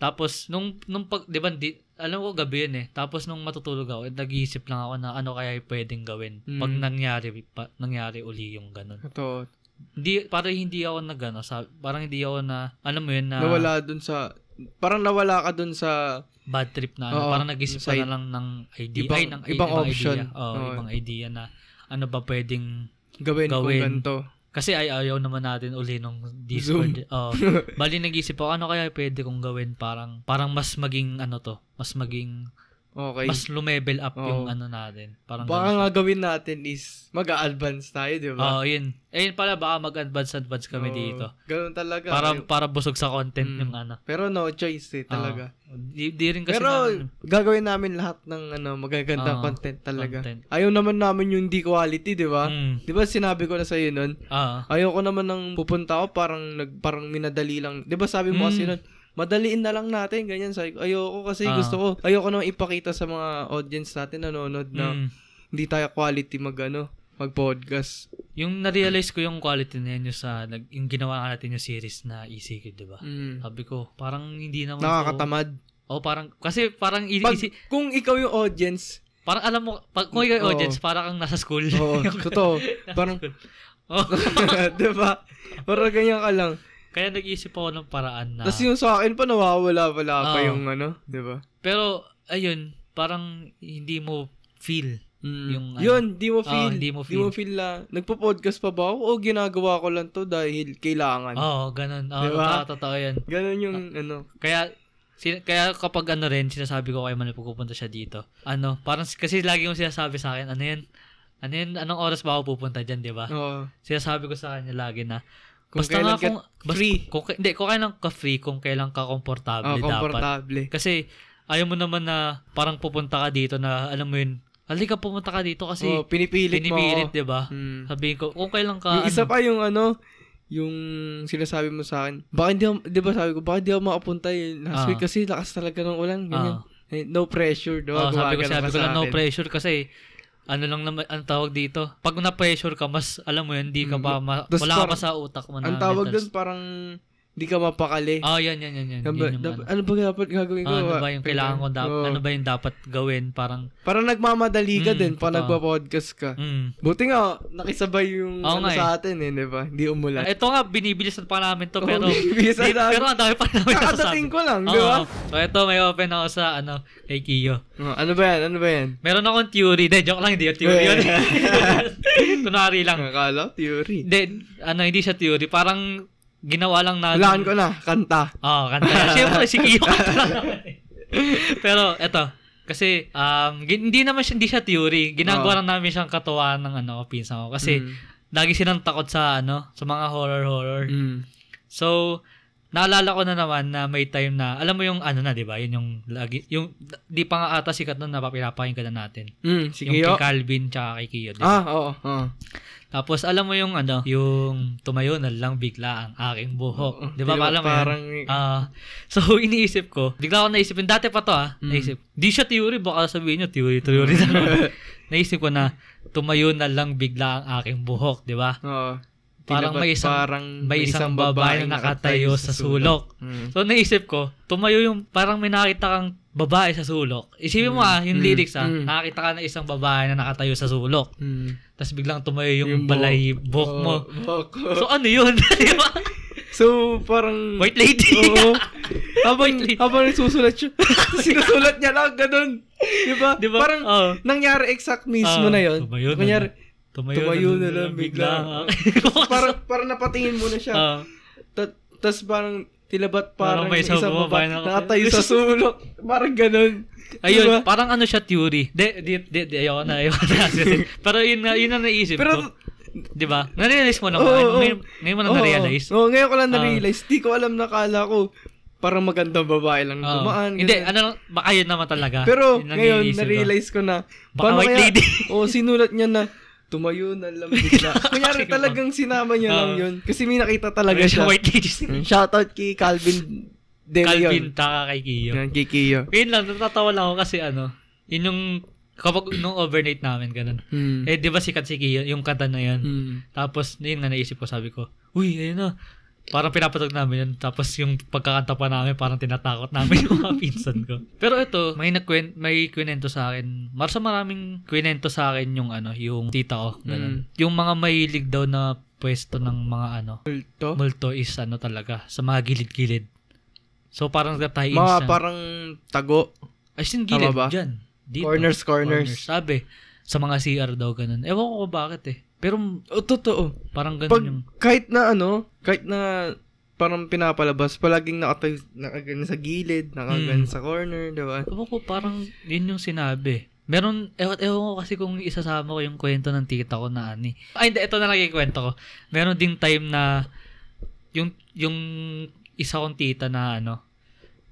[SPEAKER 3] tapos nung nung pag di ba di, alam ko gabi yun eh tapos nung matutulog ako eh, nag-iisip lang ako na ano kaya yung pwedeng gawin
[SPEAKER 2] Mm.
[SPEAKER 3] pag nangyari pa, nangyari uli yung ganun
[SPEAKER 2] Ito,
[SPEAKER 3] hindi parang hindi ako na gano sa parang hindi ako na alam mo yun na
[SPEAKER 2] nawala dun sa, parang nawala ka dun sa,
[SPEAKER 3] bad trip na ano,
[SPEAKER 2] Oo,
[SPEAKER 3] parang nag-isip
[SPEAKER 2] yung
[SPEAKER 3] ka
[SPEAKER 2] side-
[SPEAKER 3] na lang ng idea
[SPEAKER 2] ibang-
[SPEAKER 3] ay ng
[SPEAKER 2] ibang option.
[SPEAKER 3] idea. Oo,
[SPEAKER 2] Oo.
[SPEAKER 3] ibang idea na ano ba pwedeng
[SPEAKER 2] gawin, kung
[SPEAKER 3] Gawin.
[SPEAKER 2] ganito.
[SPEAKER 3] kasi ay ayaw naman natin uli nung Discord.
[SPEAKER 2] *laughs*
[SPEAKER 3] Oo. bali nag-isip ako ano kaya pwede kong gawin parang parang mas maging ano to, mas maging
[SPEAKER 2] Okay.
[SPEAKER 3] mas lumevel up
[SPEAKER 2] Oo.
[SPEAKER 3] yung ano natin. Parang
[SPEAKER 2] Baka
[SPEAKER 3] ganun.
[SPEAKER 2] nga gawin natin is mag-a-advance tayo, di ba?
[SPEAKER 3] Oo, yun. Ayun pala baka mag-advance advance kami
[SPEAKER 2] Oo,
[SPEAKER 3] dito.
[SPEAKER 2] Ganun talaga.
[SPEAKER 3] Para
[SPEAKER 2] Ayun.
[SPEAKER 3] para busog sa content
[SPEAKER 2] Mm.
[SPEAKER 3] yung ano.
[SPEAKER 2] Pero no choice eh, talaga.
[SPEAKER 3] Oo. Di, di rin kasi ano.
[SPEAKER 2] Pero
[SPEAKER 3] namin-
[SPEAKER 2] gagawin namin lahat ng ano magagandang
[SPEAKER 3] Oo,
[SPEAKER 2] content talaga.
[SPEAKER 3] content.
[SPEAKER 2] Ayaw naman namin yung di quality, 'di ba? 'Di
[SPEAKER 3] Mm.
[SPEAKER 2] ba sinabi ko na sa iyo noon?
[SPEAKER 3] Ah.
[SPEAKER 2] Ayaw ko naman ng pupunta ako parang nag parang minadali lang. 'Di ba sabi mo kasi
[SPEAKER 3] Mm.
[SPEAKER 2] noon, madaliin na lang natin ganyan sabi ko. Ayoko kasi
[SPEAKER 3] Ah.
[SPEAKER 2] gusto ko. Ayoko naman ipakita sa mga audience natin nanonood na
[SPEAKER 3] mm.
[SPEAKER 2] hindi tayo quality magano mag-podcast.
[SPEAKER 3] Yung na-realize ko yung quality na yun yung sa nag, yung ginawa natin yung series na ECQ, di ba?
[SPEAKER 2] Mm.
[SPEAKER 3] Sabi ko, parang hindi naman
[SPEAKER 2] Nakakatamad.
[SPEAKER 3] Oo, oh, parang, kasi parang, i-
[SPEAKER 2] Pag,
[SPEAKER 3] isi-
[SPEAKER 2] kung ikaw yung audience,
[SPEAKER 3] parang alam mo, pag kung ikaw yung
[SPEAKER 2] Oo.
[SPEAKER 3] audience, parang kang nasa school.
[SPEAKER 2] *laughs*
[SPEAKER 3] *laughs*
[SPEAKER 2] oo,
[SPEAKER 3] Oh,
[SPEAKER 2] totoo. Parang, *laughs*
[SPEAKER 3] Oo.
[SPEAKER 2] 'di ba? Parang ganyan ka lang.
[SPEAKER 3] Kaya nag-iisip ako ng paraan na,
[SPEAKER 2] Tapos yung sa akin pa, nawawala-wala pa
[SPEAKER 3] Oo.
[SPEAKER 2] yung ano, di ba?
[SPEAKER 3] pero, ayun, parang hindi mo feel.
[SPEAKER 2] Mm.
[SPEAKER 3] Yung ano.
[SPEAKER 2] yun, di mo feel.
[SPEAKER 3] Oo, hindi mo
[SPEAKER 2] Di mo feel na, nagpo-podcast pa ba ako? O ginagawa ko lang to dahil kailangan.
[SPEAKER 3] Oo, oh, ganun. Oo,
[SPEAKER 2] Di ba?
[SPEAKER 3] totoo, totoo yan.
[SPEAKER 2] Ganon yung
[SPEAKER 3] Ah.
[SPEAKER 2] ano.
[SPEAKER 3] Kaya, sin- kaya kapag ano rin, sinasabi ko kay Manuel pag pupunta siya dito. Ano, parang, s- kasi lagi kong sinasabi sa akin, ano yan, ano yan, anong oras ba ako pupunta dyan, di ba?
[SPEAKER 2] Oo.
[SPEAKER 3] sinasabi ko sa kanya lagi na
[SPEAKER 2] Mm. Kung
[SPEAKER 3] basta
[SPEAKER 2] kailan
[SPEAKER 3] nga
[SPEAKER 2] ka
[SPEAKER 3] kung bas-
[SPEAKER 2] free.
[SPEAKER 3] kung, ka- hindi, kung kailan ka free, kung kailan ka
[SPEAKER 2] Oh,
[SPEAKER 3] komportable dapat.
[SPEAKER 2] komportable.
[SPEAKER 3] Kasi ayaw mo naman na parang pupunta ka dito na alam mo yun, halika pumunta ka dito kasi
[SPEAKER 2] Oo, Oh, pinipilit, mo.
[SPEAKER 3] pinipilit,
[SPEAKER 2] ako.
[SPEAKER 3] 'di ba?
[SPEAKER 2] Mm.
[SPEAKER 3] Sabihin ko, kung kailan ka
[SPEAKER 2] Yung isa
[SPEAKER 3] ano,
[SPEAKER 2] pa yung ano, yung sinasabi mo sa akin, bakit di, ako- di ba sabi ko, bakit di ako makapunta yun last
[SPEAKER 3] Ah.
[SPEAKER 2] week kasi lakas talaga ng ulan, ganyan.
[SPEAKER 3] Ah.
[SPEAKER 2] Eh, no pressure, di
[SPEAKER 3] oh,
[SPEAKER 2] ba?
[SPEAKER 3] sabi ko,
[SPEAKER 2] Gumagano
[SPEAKER 3] sabi
[SPEAKER 2] ka
[SPEAKER 3] ko
[SPEAKER 2] sa
[SPEAKER 3] lang, no
[SPEAKER 2] akin.
[SPEAKER 3] pressure kasi ano lang naman ang tawag dito. Pag na-pressure ka, mas alam mo yun, hindi
[SPEAKER 2] Mm,
[SPEAKER 3] ka pa ma-
[SPEAKER 2] tas
[SPEAKER 3] wala ka
[SPEAKER 2] parang-
[SPEAKER 3] pa sa utak mo na
[SPEAKER 2] Ang tawag
[SPEAKER 3] mental
[SPEAKER 2] doon parang Hindi ka mapakali.
[SPEAKER 3] Ah, yan, yan, yan, yan.
[SPEAKER 2] Ano ba,
[SPEAKER 3] Yun yung
[SPEAKER 2] dap-
[SPEAKER 3] ano.
[SPEAKER 2] ano ba dapat gagawin ko?
[SPEAKER 3] Ah, ano
[SPEAKER 2] Ah,
[SPEAKER 3] ba yung kailangan ko dapat,
[SPEAKER 2] oo.
[SPEAKER 3] ano ba yung dapat gawin? Parang,
[SPEAKER 2] Parang nagmamadali ka
[SPEAKER 3] Mm,
[SPEAKER 2] din pa
[SPEAKER 3] totoo.
[SPEAKER 2] nagpa-podcast ka.
[SPEAKER 3] mm.
[SPEAKER 2] Buti nga, nakisabay yung
[SPEAKER 3] Oo
[SPEAKER 2] ano
[SPEAKER 3] nga eh.
[SPEAKER 2] sa atin eh, di ba? Hindi umulan.
[SPEAKER 3] *laughs* Ito nga, binibilisan pa namin to,
[SPEAKER 2] Oo,
[SPEAKER 3] pero,
[SPEAKER 2] binibilisan
[SPEAKER 3] di-
[SPEAKER 2] namin.
[SPEAKER 3] pero ang dami pa namin
[SPEAKER 2] Kakadating ko lang, di
[SPEAKER 3] Oo.
[SPEAKER 2] ba?
[SPEAKER 3] So, ito, may open ako sa, ano, kay Kiyo.
[SPEAKER 2] Oh, ano ba yan? Ano ba yan?
[SPEAKER 3] Meron akong theory. Hindi, joke lang, hindi yung theory
[SPEAKER 2] *laughs*
[SPEAKER 3] yun. Kunwari lang.
[SPEAKER 2] Nakakala, theory.
[SPEAKER 3] Hindi, ano, hindi siya theory. Parang, ginawa lang natin.
[SPEAKER 2] Walaan ko na, kanta.
[SPEAKER 3] Oo, kanta na. Siyempre, si
[SPEAKER 2] *laughs*
[SPEAKER 3] Kiyo kanta lang naman eh. Pero, eto. Kasi, um, gin- hindi naman siya, hindi siya theory.
[SPEAKER 2] Oo.
[SPEAKER 3] Ginagawa lang namin siyang katuwaan ng ano, pinsan ko. Kasi,
[SPEAKER 2] Mm.
[SPEAKER 3] lagi silang takot sa, ano, sa mga horror-horror.
[SPEAKER 2] Mm.
[SPEAKER 3] So, naalala ko na naman na may time na, alam mo yung ano na, di ba? Yun yung, lagi, yung, di pa nga ata sikat nun na napapinapakinggan na natin.
[SPEAKER 2] Mm, sige
[SPEAKER 3] yung
[SPEAKER 2] yo.
[SPEAKER 3] kay Calvin tsaka kay Kiyo. di ba?
[SPEAKER 2] Ah, oo. oo.
[SPEAKER 3] Tapos alam mo yung ano, yung tumayo na lang bigla ang aking buhok. Mm, Di ba?
[SPEAKER 2] Diba,
[SPEAKER 3] Alam mo
[SPEAKER 2] parang-
[SPEAKER 3] parang... so *laughs* iniisip ko, bigla ako naisipin, dati pa to ah, naisip. Di siya theory, baka sabihin nyo, theory, theory na *laughs* naman. naisip ko na, tumayo na lang bigla ang aking buhok, di ba?
[SPEAKER 2] Oo.
[SPEAKER 3] Parang
[SPEAKER 2] Tinapat-
[SPEAKER 3] may isang,
[SPEAKER 2] parang
[SPEAKER 3] may isang, babae na nakatayo sa sulok.
[SPEAKER 2] Mm.
[SPEAKER 3] So naisip ko, tumayo yung parang may nakita kang babae sa sulok. Isipin mo ah, yung
[SPEAKER 2] Mm.
[SPEAKER 3] lyrics ah,
[SPEAKER 2] Mm.
[SPEAKER 3] nakakita ka na isang babae na nakatayo sa sulok.
[SPEAKER 2] Mm.
[SPEAKER 3] Tapos biglang tumayo yung,
[SPEAKER 2] Yung
[SPEAKER 3] balay
[SPEAKER 2] buhok.
[SPEAKER 3] buhok
[SPEAKER 2] *laughs*
[SPEAKER 3] mo.
[SPEAKER 2] Oo, buhok ko.
[SPEAKER 3] So ano yun? *laughs* Di ba?
[SPEAKER 2] So, parang...
[SPEAKER 3] White lady.
[SPEAKER 2] *laughs* Oo. habang,
[SPEAKER 3] White lady.
[SPEAKER 2] habang nagsusulat siya. *laughs* Sinusulat niya lang, ganun. Diba?
[SPEAKER 3] Di ba?
[SPEAKER 2] Parang,
[SPEAKER 3] Oo.
[SPEAKER 2] nangyari exact mismo
[SPEAKER 3] Ah,
[SPEAKER 2] na yun.
[SPEAKER 3] Tumayo na,
[SPEAKER 2] Kunyari,
[SPEAKER 3] tumayo,
[SPEAKER 2] tumayo na lang bigla.
[SPEAKER 3] *laughs* bigla.
[SPEAKER 2] parang, parang napatingin muna siya.
[SPEAKER 3] Ah.
[SPEAKER 2] Ta- tas parang tilabat
[SPEAKER 3] Parang
[SPEAKER 2] parang,
[SPEAKER 3] may
[SPEAKER 2] isang
[SPEAKER 3] isang
[SPEAKER 2] babae
[SPEAKER 3] babae na-
[SPEAKER 2] nakatayo sa sulok. Parang ganun.
[SPEAKER 3] ayun,
[SPEAKER 2] Diba?
[SPEAKER 3] parang ano siya theory. Di, di, di, di ayoko na, ayoko na. *laughs* Pero yun, na- yun ang naisip
[SPEAKER 2] Pero-
[SPEAKER 3] ko. Di ba? Narealize mo na
[SPEAKER 2] Oo,
[SPEAKER 3] ba?
[SPEAKER 2] oo.
[SPEAKER 3] ngayon, ngayon mo na
[SPEAKER 2] Oo,
[SPEAKER 3] narealize.
[SPEAKER 2] Oo, ngayon ko lang
[SPEAKER 3] Ah.
[SPEAKER 2] na-realize. Di ko alam nakala ko parang magandang babae lang
[SPEAKER 3] Oo.
[SPEAKER 2] dumaan.
[SPEAKER 3] Hindi,
[SPEAKER 2] ganun.
[SPEAKER 3] ano, baka yun naman talaga.
[SPEAKER 2] Pero
[SPEAKER 3] Ah, Yun lang
[SPEAKER 2] ngayon
[SPEAKER 3] iniisip ko.
[SPEAKER 2] na-realize ko na
[SPEAKER 3] Baka white lady.
[SPEAKER 2] *laughs* oh, sinulat niya na tumayo na lang
[SPEAKER 3] *laughs*
[SPEAKER 2] bigla. Kunyari talagang sinama niya lang
[SPEAKER 3] Oo.
[SPEAKER 2] yun kasi may nakita talaga
[SPEAKER 3] Meron
[SPEAKER 2] siya.
[SPEAKER 3] siyang white lady.
[SPEAKER 2] Mm, Shoutout kay Calvin De
[SPEAKER 3] Calvin,
[SPEAKER 2] Leon.
[SPEAKER 3] taka kay Kiyo.
[SPEAKER 2] Yan, kay Kiyo.
[SPEAKER 3] Yun lang, natatawa lang ako kasi ano, yun yung, kapag nung overnight namin, ganun.
[SPEAKER 2] Hmm.
[SPEAKER 3] Eh, di ba sikat si Kiyo, yung kanta na yun.
[SPEAKER 2] Hmm.
[SPEAKER 3] Tapos, yun nga naisip ko, sabi ko, uy, ayun na. Parang pinapatog namin yun. Tapos yung pagkakanta pa namin, parang tinatakot namin yung mga *laughs* pinsan ko. Pero ito, may, nagkwen, may kwento sa akin. Marsa maraming kwento sa akin yung ano, yung tita ko. Ganun. Yung mga mahilig daw na pwesto ng mga ano,
[SPEAKER 2] Multo?
[SPEAKER 3] multo is ano talaga, sa mga gilid-gilid. So parang nagtayin
[SPEAKER 2] Mga
[SPEAKER 3] siya.
[SPEAKER 2] parang tago.
[SPEAKER 3] As in,
[SPEAKER 2] Tama
[SPEAKER 3] gilid
[SPEAKER 2] ba?
[SPEAKER 3] dyan. Dito.
[SPEAKER 2] Corners, corners.
[SPEAKER 3] Sabi, sa mga CR daw ganun. Ewan ko kung bakit eh. Pero
[SPEAKER 2] O, totoo.
[SPEAKER 3] parang ganun
[SPEAKER 2] Pag,
[SPEAKER 3] yung...
[SPEAKER 2] kahit na ano, kahit na parang pinapalabas, palaging nakatayo, nakagano sa gilid, nakagano
[SPEAKER 3] Hmm.
[SPEAKER 2] sa corner, di ba?
[SPEAKER 3] Ewan ko, parang yun yung sinabi. Meron, ewan, ewan ko kasi kung isasama ko yung kwento ng tita ko na ani. Ay, hindi, ito na lang yung kwento ko. Meron ding time na yung, yung isa kong tita na ano,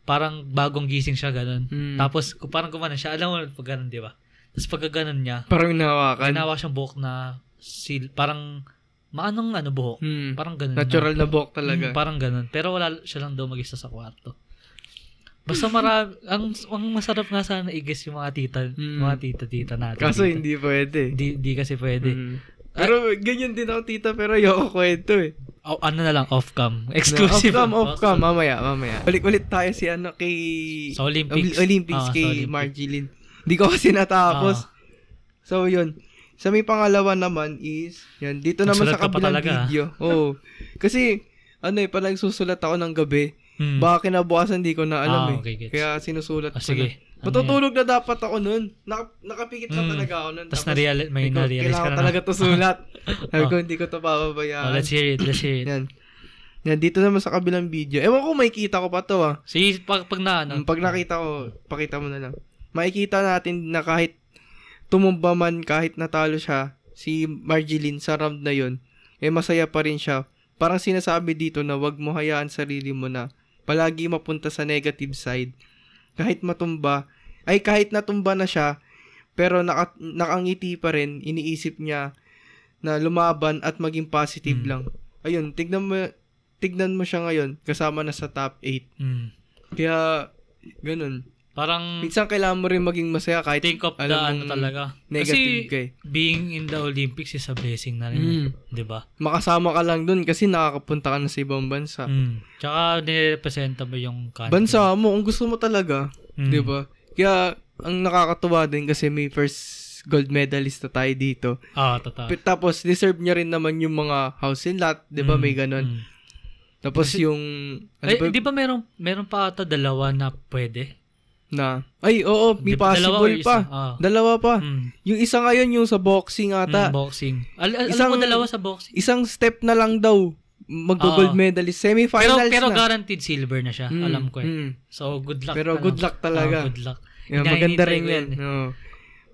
[SPEAKER 3] parang bagong gising siya ganun.
[SPEAKER 2] Hmm.
[SPEAKER 3] Tapos, kung parang gumana siya, alam mo, pag ganun, di ba? Tapos pag ganun niya,
[SPEAKER 2] Parang hinawakan.
[SPEAKER 3] ginawa siyang buhok na sil, parang, maanong ano buhok.
[SPEAKER 2] Hmm.
[SPEAKER 3] Parang ganun. na.
[SPEAKER 2] Natural na buhok
[SPEAKER 3] Mm,
[SPEAKER 2] talaga.
[SPEAKER 3] parang ganun. Pero wala siya lang daw mag-isa sa kwarto. Basta marami, *laughs* ang, ang masarap nga sana i-guess yung mga tita,
[SPEAKER 2] Mm.
[SPEAKER 3] mga tita-tita natin.
[SPEAKER 2] Kaso
[SPEAKER 3] dito. Ah.
[SPEAKER 2] hindi pwede.
[SPEAKER 3] Di, di kasi pwede.
[SPEAKER 2] Hmm. Pero ganyan din ako tita, pero ayoko kwento eh.
[SPEAKER 3] O, ano na lang, off-cam. Exclusive.
[SPEAKER 2] Off-cam, off-cam. Mamaya, mamaya. Balik-ulit tayo si ano, kay...
[SPEAKER 3] Sa
[SPEAKER 2] Oli-
[SPEAKER 3] Olympics.
[SPEAKER 2] Olympics,
[SPEAKER 3] Ah, sa
[SPEAKER 2] kay
[SPEAKER 3] Olympics. Ah.
[SPEAKER 2] Marjeline. Hindi ko kasi natapos. So, yun. Sa may pangalawa naman is, yan, dito naman
[SPEAKER 3] Nagsulat
[SPEAKER 2] sa
[SPEAKER 3] ka pa
[SPEAKER 2] kabilang
[SPEAKER 3] talaga, ah.
[SPEAKER 2] video. Oo.
[SPEAKER 3] *laughs*
[SPEAKER 2] Kasi, ano eh, pala nagsusulat ako ng gabi.
[SPEAKER 3] Mm.
[SPEAKER 2] Baka kinabukasan di ko na alam
[SPEAKER 3] Ah,
[SPEAKER 2] eh.
[SPEAKER 3] okay, gets.
[SPEAKER 2] Kaya sinusulat
[SPEAKER 3] Ah,
[SPEAKER 2] ko na.
[SPEAKER 3] sige. Ano
[SPEAKER 2] Matutulog na dapat ako nun. Naka, nakapikit na
[SPEAKER 3] Mm.
[SPEAKER 2] talaga ako nun.
[SPEAKER 3] Tapos na-reali- may
[SPEAKER 2] ikaw,
[SPEAKER 3] na-realize
[SPEAKER 2] Kailangan
[SPEAKER 3] ka na.
[SPEAKER 2] talaga to
[SPEAKER 3] *laughs*
[SPEAKER 2] sulat. Sabi ko,
[SPEAKER 3] Oh.
[SPEAKER 2] hindi ko to
[SPEAKER 3] Oh,
[SPEAKER 2] pababayaan.
[SPEAKER 3] let's hear it, let's hear it.
[SPEAKER 2] Yan. Yan, dito naman sa kabilang video. Ewan ko, makikita ko pa to ah.
[SPEAKER 3] Sige, pag, pag na, ano,
[SPEAKER 2] Hmm, Mm, Pag nakita ko, pakita mo na lang. Makikita natin na kahit tumumba man, kahit natalo siya, si Marjeline sa round na yun, eh masaya pa rin siya. Parang sinasabi dito na wag mo hayaan sarili mo na palagi mapunta sa negative side. Kahit matumba, ay kahit natumba na siya, pero naka, nakangiti pa rin, iniisip niya na lumaban at maging positive
[SPEAKER 3] Mm.
[SPEAKER 2] lang. Ayun, tignan mo, tignan mo siya ngayon, kasama na sa top 8.
[SPEAKER 3] Mm.
[SPEAKER 2] Kaya, ganun.
[SPEAKER 3] Parang
[SPEAKER 2] Minsan kailangan mo rin maging masaya kahit
[SPEAKER 3] think of the
[SPEAKER 2] alam
[SPEAKER 3] ano
[SPEAKER 2] mong
[SPEAKER 3] talaga.
[SPEAKER 2] Negative
[SPEAKER 3] Kasi
[SPEAKER 2] ka eh.
[SPEAKER 3] being in the Olympics is a blessing
[SPEAKER 2] Mm.
[SPEAKER 3] na rin. eh. Diba? Di ba?
[SPEAKER 2] Makasama ka lang dun kasi nakakapunta ka na sa ibang bansa.
[SPEAKER 3] Mm. Tsaka nirepresenta mo yung
[SPEAKER 2] Ah.
[SPEAKER 3] country.
[SPEAKER 2] Bansa diba? mo, kung gusto mo talaga,
[SPEAKER 3] Mm.
[SPEAKER 2] 'di ba? Kaya ang nakakatuwa din kasi may first gold medalist na tayo dito.
[SPEAKER 3] Ah, totoo.
[SPEAKER 2] P- Tapos deserve niya rin naman yung mga house in lot, 'di ba? diba May ganun.
[SPEAKER 3] Mm.
[SPEAKER 2] Tapos yung ano
[SPEAKER 3] Ay,
[SPEAKER 2] ba,
[SPEAKER 3] di ba meron, meron pa ata dalawa na pwede?
[SPEAKER 2] na Ay, oo, may
[SPEAKER 3] Di ba dalawa
[SPEAKER 2] possible
[SPEAKER 3] or isa?
[SPEAKER 2] pa.
[SPEAKER 3] Ah.
[SPEAKER 2] Dalawa pa.
[SPEAKER 3] Mm.
[SPEAKER 2] Yung isa ngayon yung sa boxing
[SPEAKER 3] Mm,
[SPEAKER 2] ata.
[SPEAKER 3] boxing. Al- al-
[SPEAKER 2] Isang-
[SPEAKER 3] alam ko dalawa sa boxing.
[SPEAKER 2] Isang step na lang daw maggo-gold
[SPEAKER 3] Oo.
[SPEAKER 2] medalist
[SPEAKER 3] Pero,
[SPEAKER 2] semifinals
[SPEAKER 3] pero
[SPEAKER 2] na.
[SPEAKER 3] guaranteed silver na siya.
[SPEAKER 2] Mm,
[SPEAKER 3] Alam ko eh.
[SPEAKER 2] mm.
[SPEAKER 3] So, good luck.
[SPEAKER 2] Pero
[SPEAKER 3] na
[SPEAKER 2] good
[SPEAKER 3] lang.
[SPEAKER 2] luck talaga.
[SPEAKER 3] Ah, good luck.
[SPEAKER 2] Yeah,
[SPEAKER 3] Hinahintay
[SPEAKER 2] maganda rin
[SPEAKER 3] ko
[SPEAKER 2] yan.
[SPEAKER 3] eh.
[SPEAKER 2] Oo.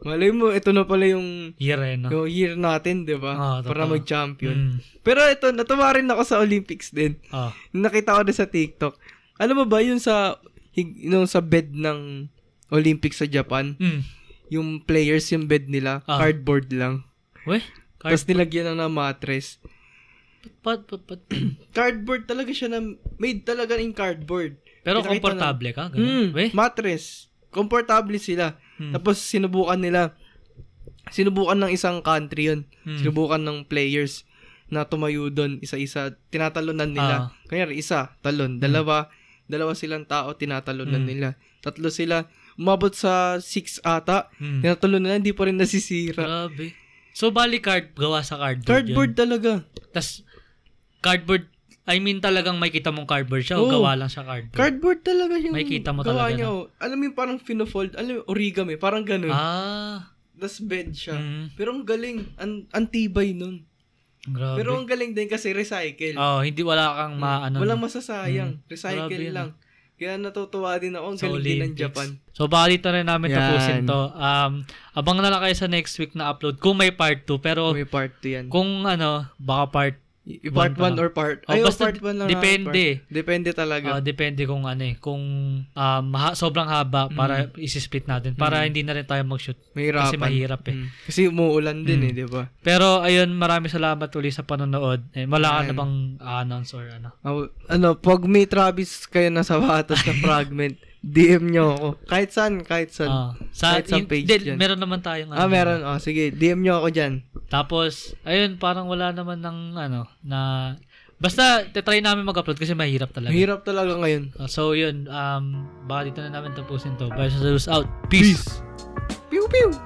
[SPEAKER 2] Malay mo, ito na pala yung
[SPEAKER 3] Year eh, no?
[SPEAKER 2] yung year natin, di ba?
[SPEAKER 3] Ah,
[SPEAKER 2] Para
[SPEAKER 3] totoo.
[SPEAKER 2] mag-champion.
[SPEAKER 3] Mm.
[SPEAKER 2] Pero ito, natuwa rin ako sa Olympics din.
[SPEAKER 3] Ah.
[SPEAKER 2] Nakita ko din sa TikTok. Alam mo ba yun sa hig- nung sa bed ng Olympics sa Japan,
[SPEAKER 3] Mm.
[SPEAKER 2] yung players yung bed nila,
[SPEAKER 3] Ah.
[SPEAKER 2] cardboard lang.
[SPEAKER 3] Weh, card,
[SPEAKER 2] Tapos nilagyan na ng mattress.
[SPEAKER 3] pat, pat, pat.
[SPEAKER 2] Cardboard talaga siya na made talaga in cardboard.
[SPEAKER 3] Pero
[SPEAKER 2] Pinakita
[SPEAKER 3] komportable ka,
[SPEAKER 2] na- Mm,
[SPEAKER 3] ganun. Weh,
[SPEAKER 2] mattress. Komportable sila.
[SPEAKER 3] Mm.
[SPEAKER 2] Tapos sinubukan nila sinubukan ng isang country yun.
[SPEAKER 3] Mm.
[SPEAKER 2] Sinubukan ng players na tumayo doon isa-isa. Tinatalunan
[SPEAKER 3] Ah.
[SPEAKER 2] nila. Kaya isa, talon. Dalawa, dalawa silang tao, tinatalunan
[SPEAKER 3] Mm.
[SPEAKER 2] nila. Tatlo sila. Umabot sa six ata.
[SPEAKER 3] Mm.
[SPEAKER 2] Tinatalunan, hindi pa rin nasisira.
[SPEAKER 3] grabe. So, bali card, gawa sa cardboard.
[SPEAKER 2] Cardboard
[SPEAKER 3] yun.
[SPEAKER 2] talaga.
[SPEAKER 3] Tas, cardboard, I mean talagang may kita mong cardboard siya o
[SPEAKER 2] Oo.
[SPEAKER 3] gawa lang siya cardboard.
[SPEAKER 2] Cardboard talaga yung
[SPEAKER 3] May kita mo
[SPEAKER 2] gawa
[SPEAKER 3] talaga
[SPEAKER 2] niya. oh. Alam mo yung parang finofold, alam mo yung origami, parang ganun.
[SPEAKER 3] Ah,
[SPEAKER 2] Tapos bed siya.
[SPEAKER 3] Mm.
[SPEAKER 2] Pero ang galing, an antibay nun.
[SPEAKER 3] grabe.
[SPEAKER 2] Pero ang galing din kasi recycle. Mm.
[SPEAKER 3] oh, hindi wala kang maano.
[SPEAKER 2] Walang masasayang. Recycle
[SPEAKER 3] ano Mm. Grabe yun,
[SPEAKER 2] lang. Kaya natutuwa din ako. Ang
[SPEAKER 3] sa
[SPEAKER 2] galing din ng
[SPEAKER 3] Olympics.
[SPEAKER 2] Japan.
[SPEAKER 3] So, bali na rin namin
[SPEAKER 2] Yan.
[SPEAKER 3] tapusin to. Um, abang na lang kayo sa next week na upload kung may part 2. Pero
[SPEAKER 2] May part 2 yan.
[SPEAKER 3] Oh. kung ano, baka part,
[SPEAKER 2] I- part 1
[SPEAKER 3] one pa lang.
[SPEAKER 2] or part...
[SPEAKER 3] Oh,
[SPEAKER 2] Ay, oh,
[SPEAKER 3] basta
[SPEAKER 2] part 1 lang.
[SPEAKER 3] depende.
[SPEAKER 2] Part. Depende talaga.
[SPEAKER 3] ah, depende kung ano eh. Kung um, ha- sobrang haba para
[SPEAKER 2] Mm.
[SPEAKER 3] isi-split natin. Para hindi na rin tayo mag-shoot.
[SPEAKER 2] mahirapan.
[SPEAKER 3] Kasi mahirap eh. Mm.
[SPEAKER 2] Mm. Kasi umuulan din eh, di ba?
[SPEAKER 3] Pero ayun, maraming salamat uli sa panonood. Eh, wala ka
[SPEAKER 2] Yan.
[SPEAKER 3] na bang announce or ano?
[SPEAKER 2] Ah, Ano, pag may Travis kayo na sapatos
[SPEAKER 3] *laughs*
[SPEAKER 2] na fragment, DM nyo ako. Kahit saan, kahit saan.
[SPEAKER 3] Ah, sa,
[SPEAKER 2] Kahit sa
[SPEAKER 3] yun-
[SPEAKER 2] page
[SPEAKER 3] di,
[SPEAKER 2] dyan.
[SPEAKER 3] meron naman tayong ano.
[SPEAKER 2] ah, meron. Oh, sige, DM nyo ako dyan.
[SPEAKER 3] Tapos, ayun, parang wala naman ng ano, na... Basta, try namin mag-upload kasi mahirap talaga.
[SPEAKER 2] Mahirap talaga ngayon.
[SPEAKER 3] Uh, So, yun. Um, baka dito na namin tapusin to. Bye, Sasalus out. Peace.
[SPEAKER 2] Pew, pew!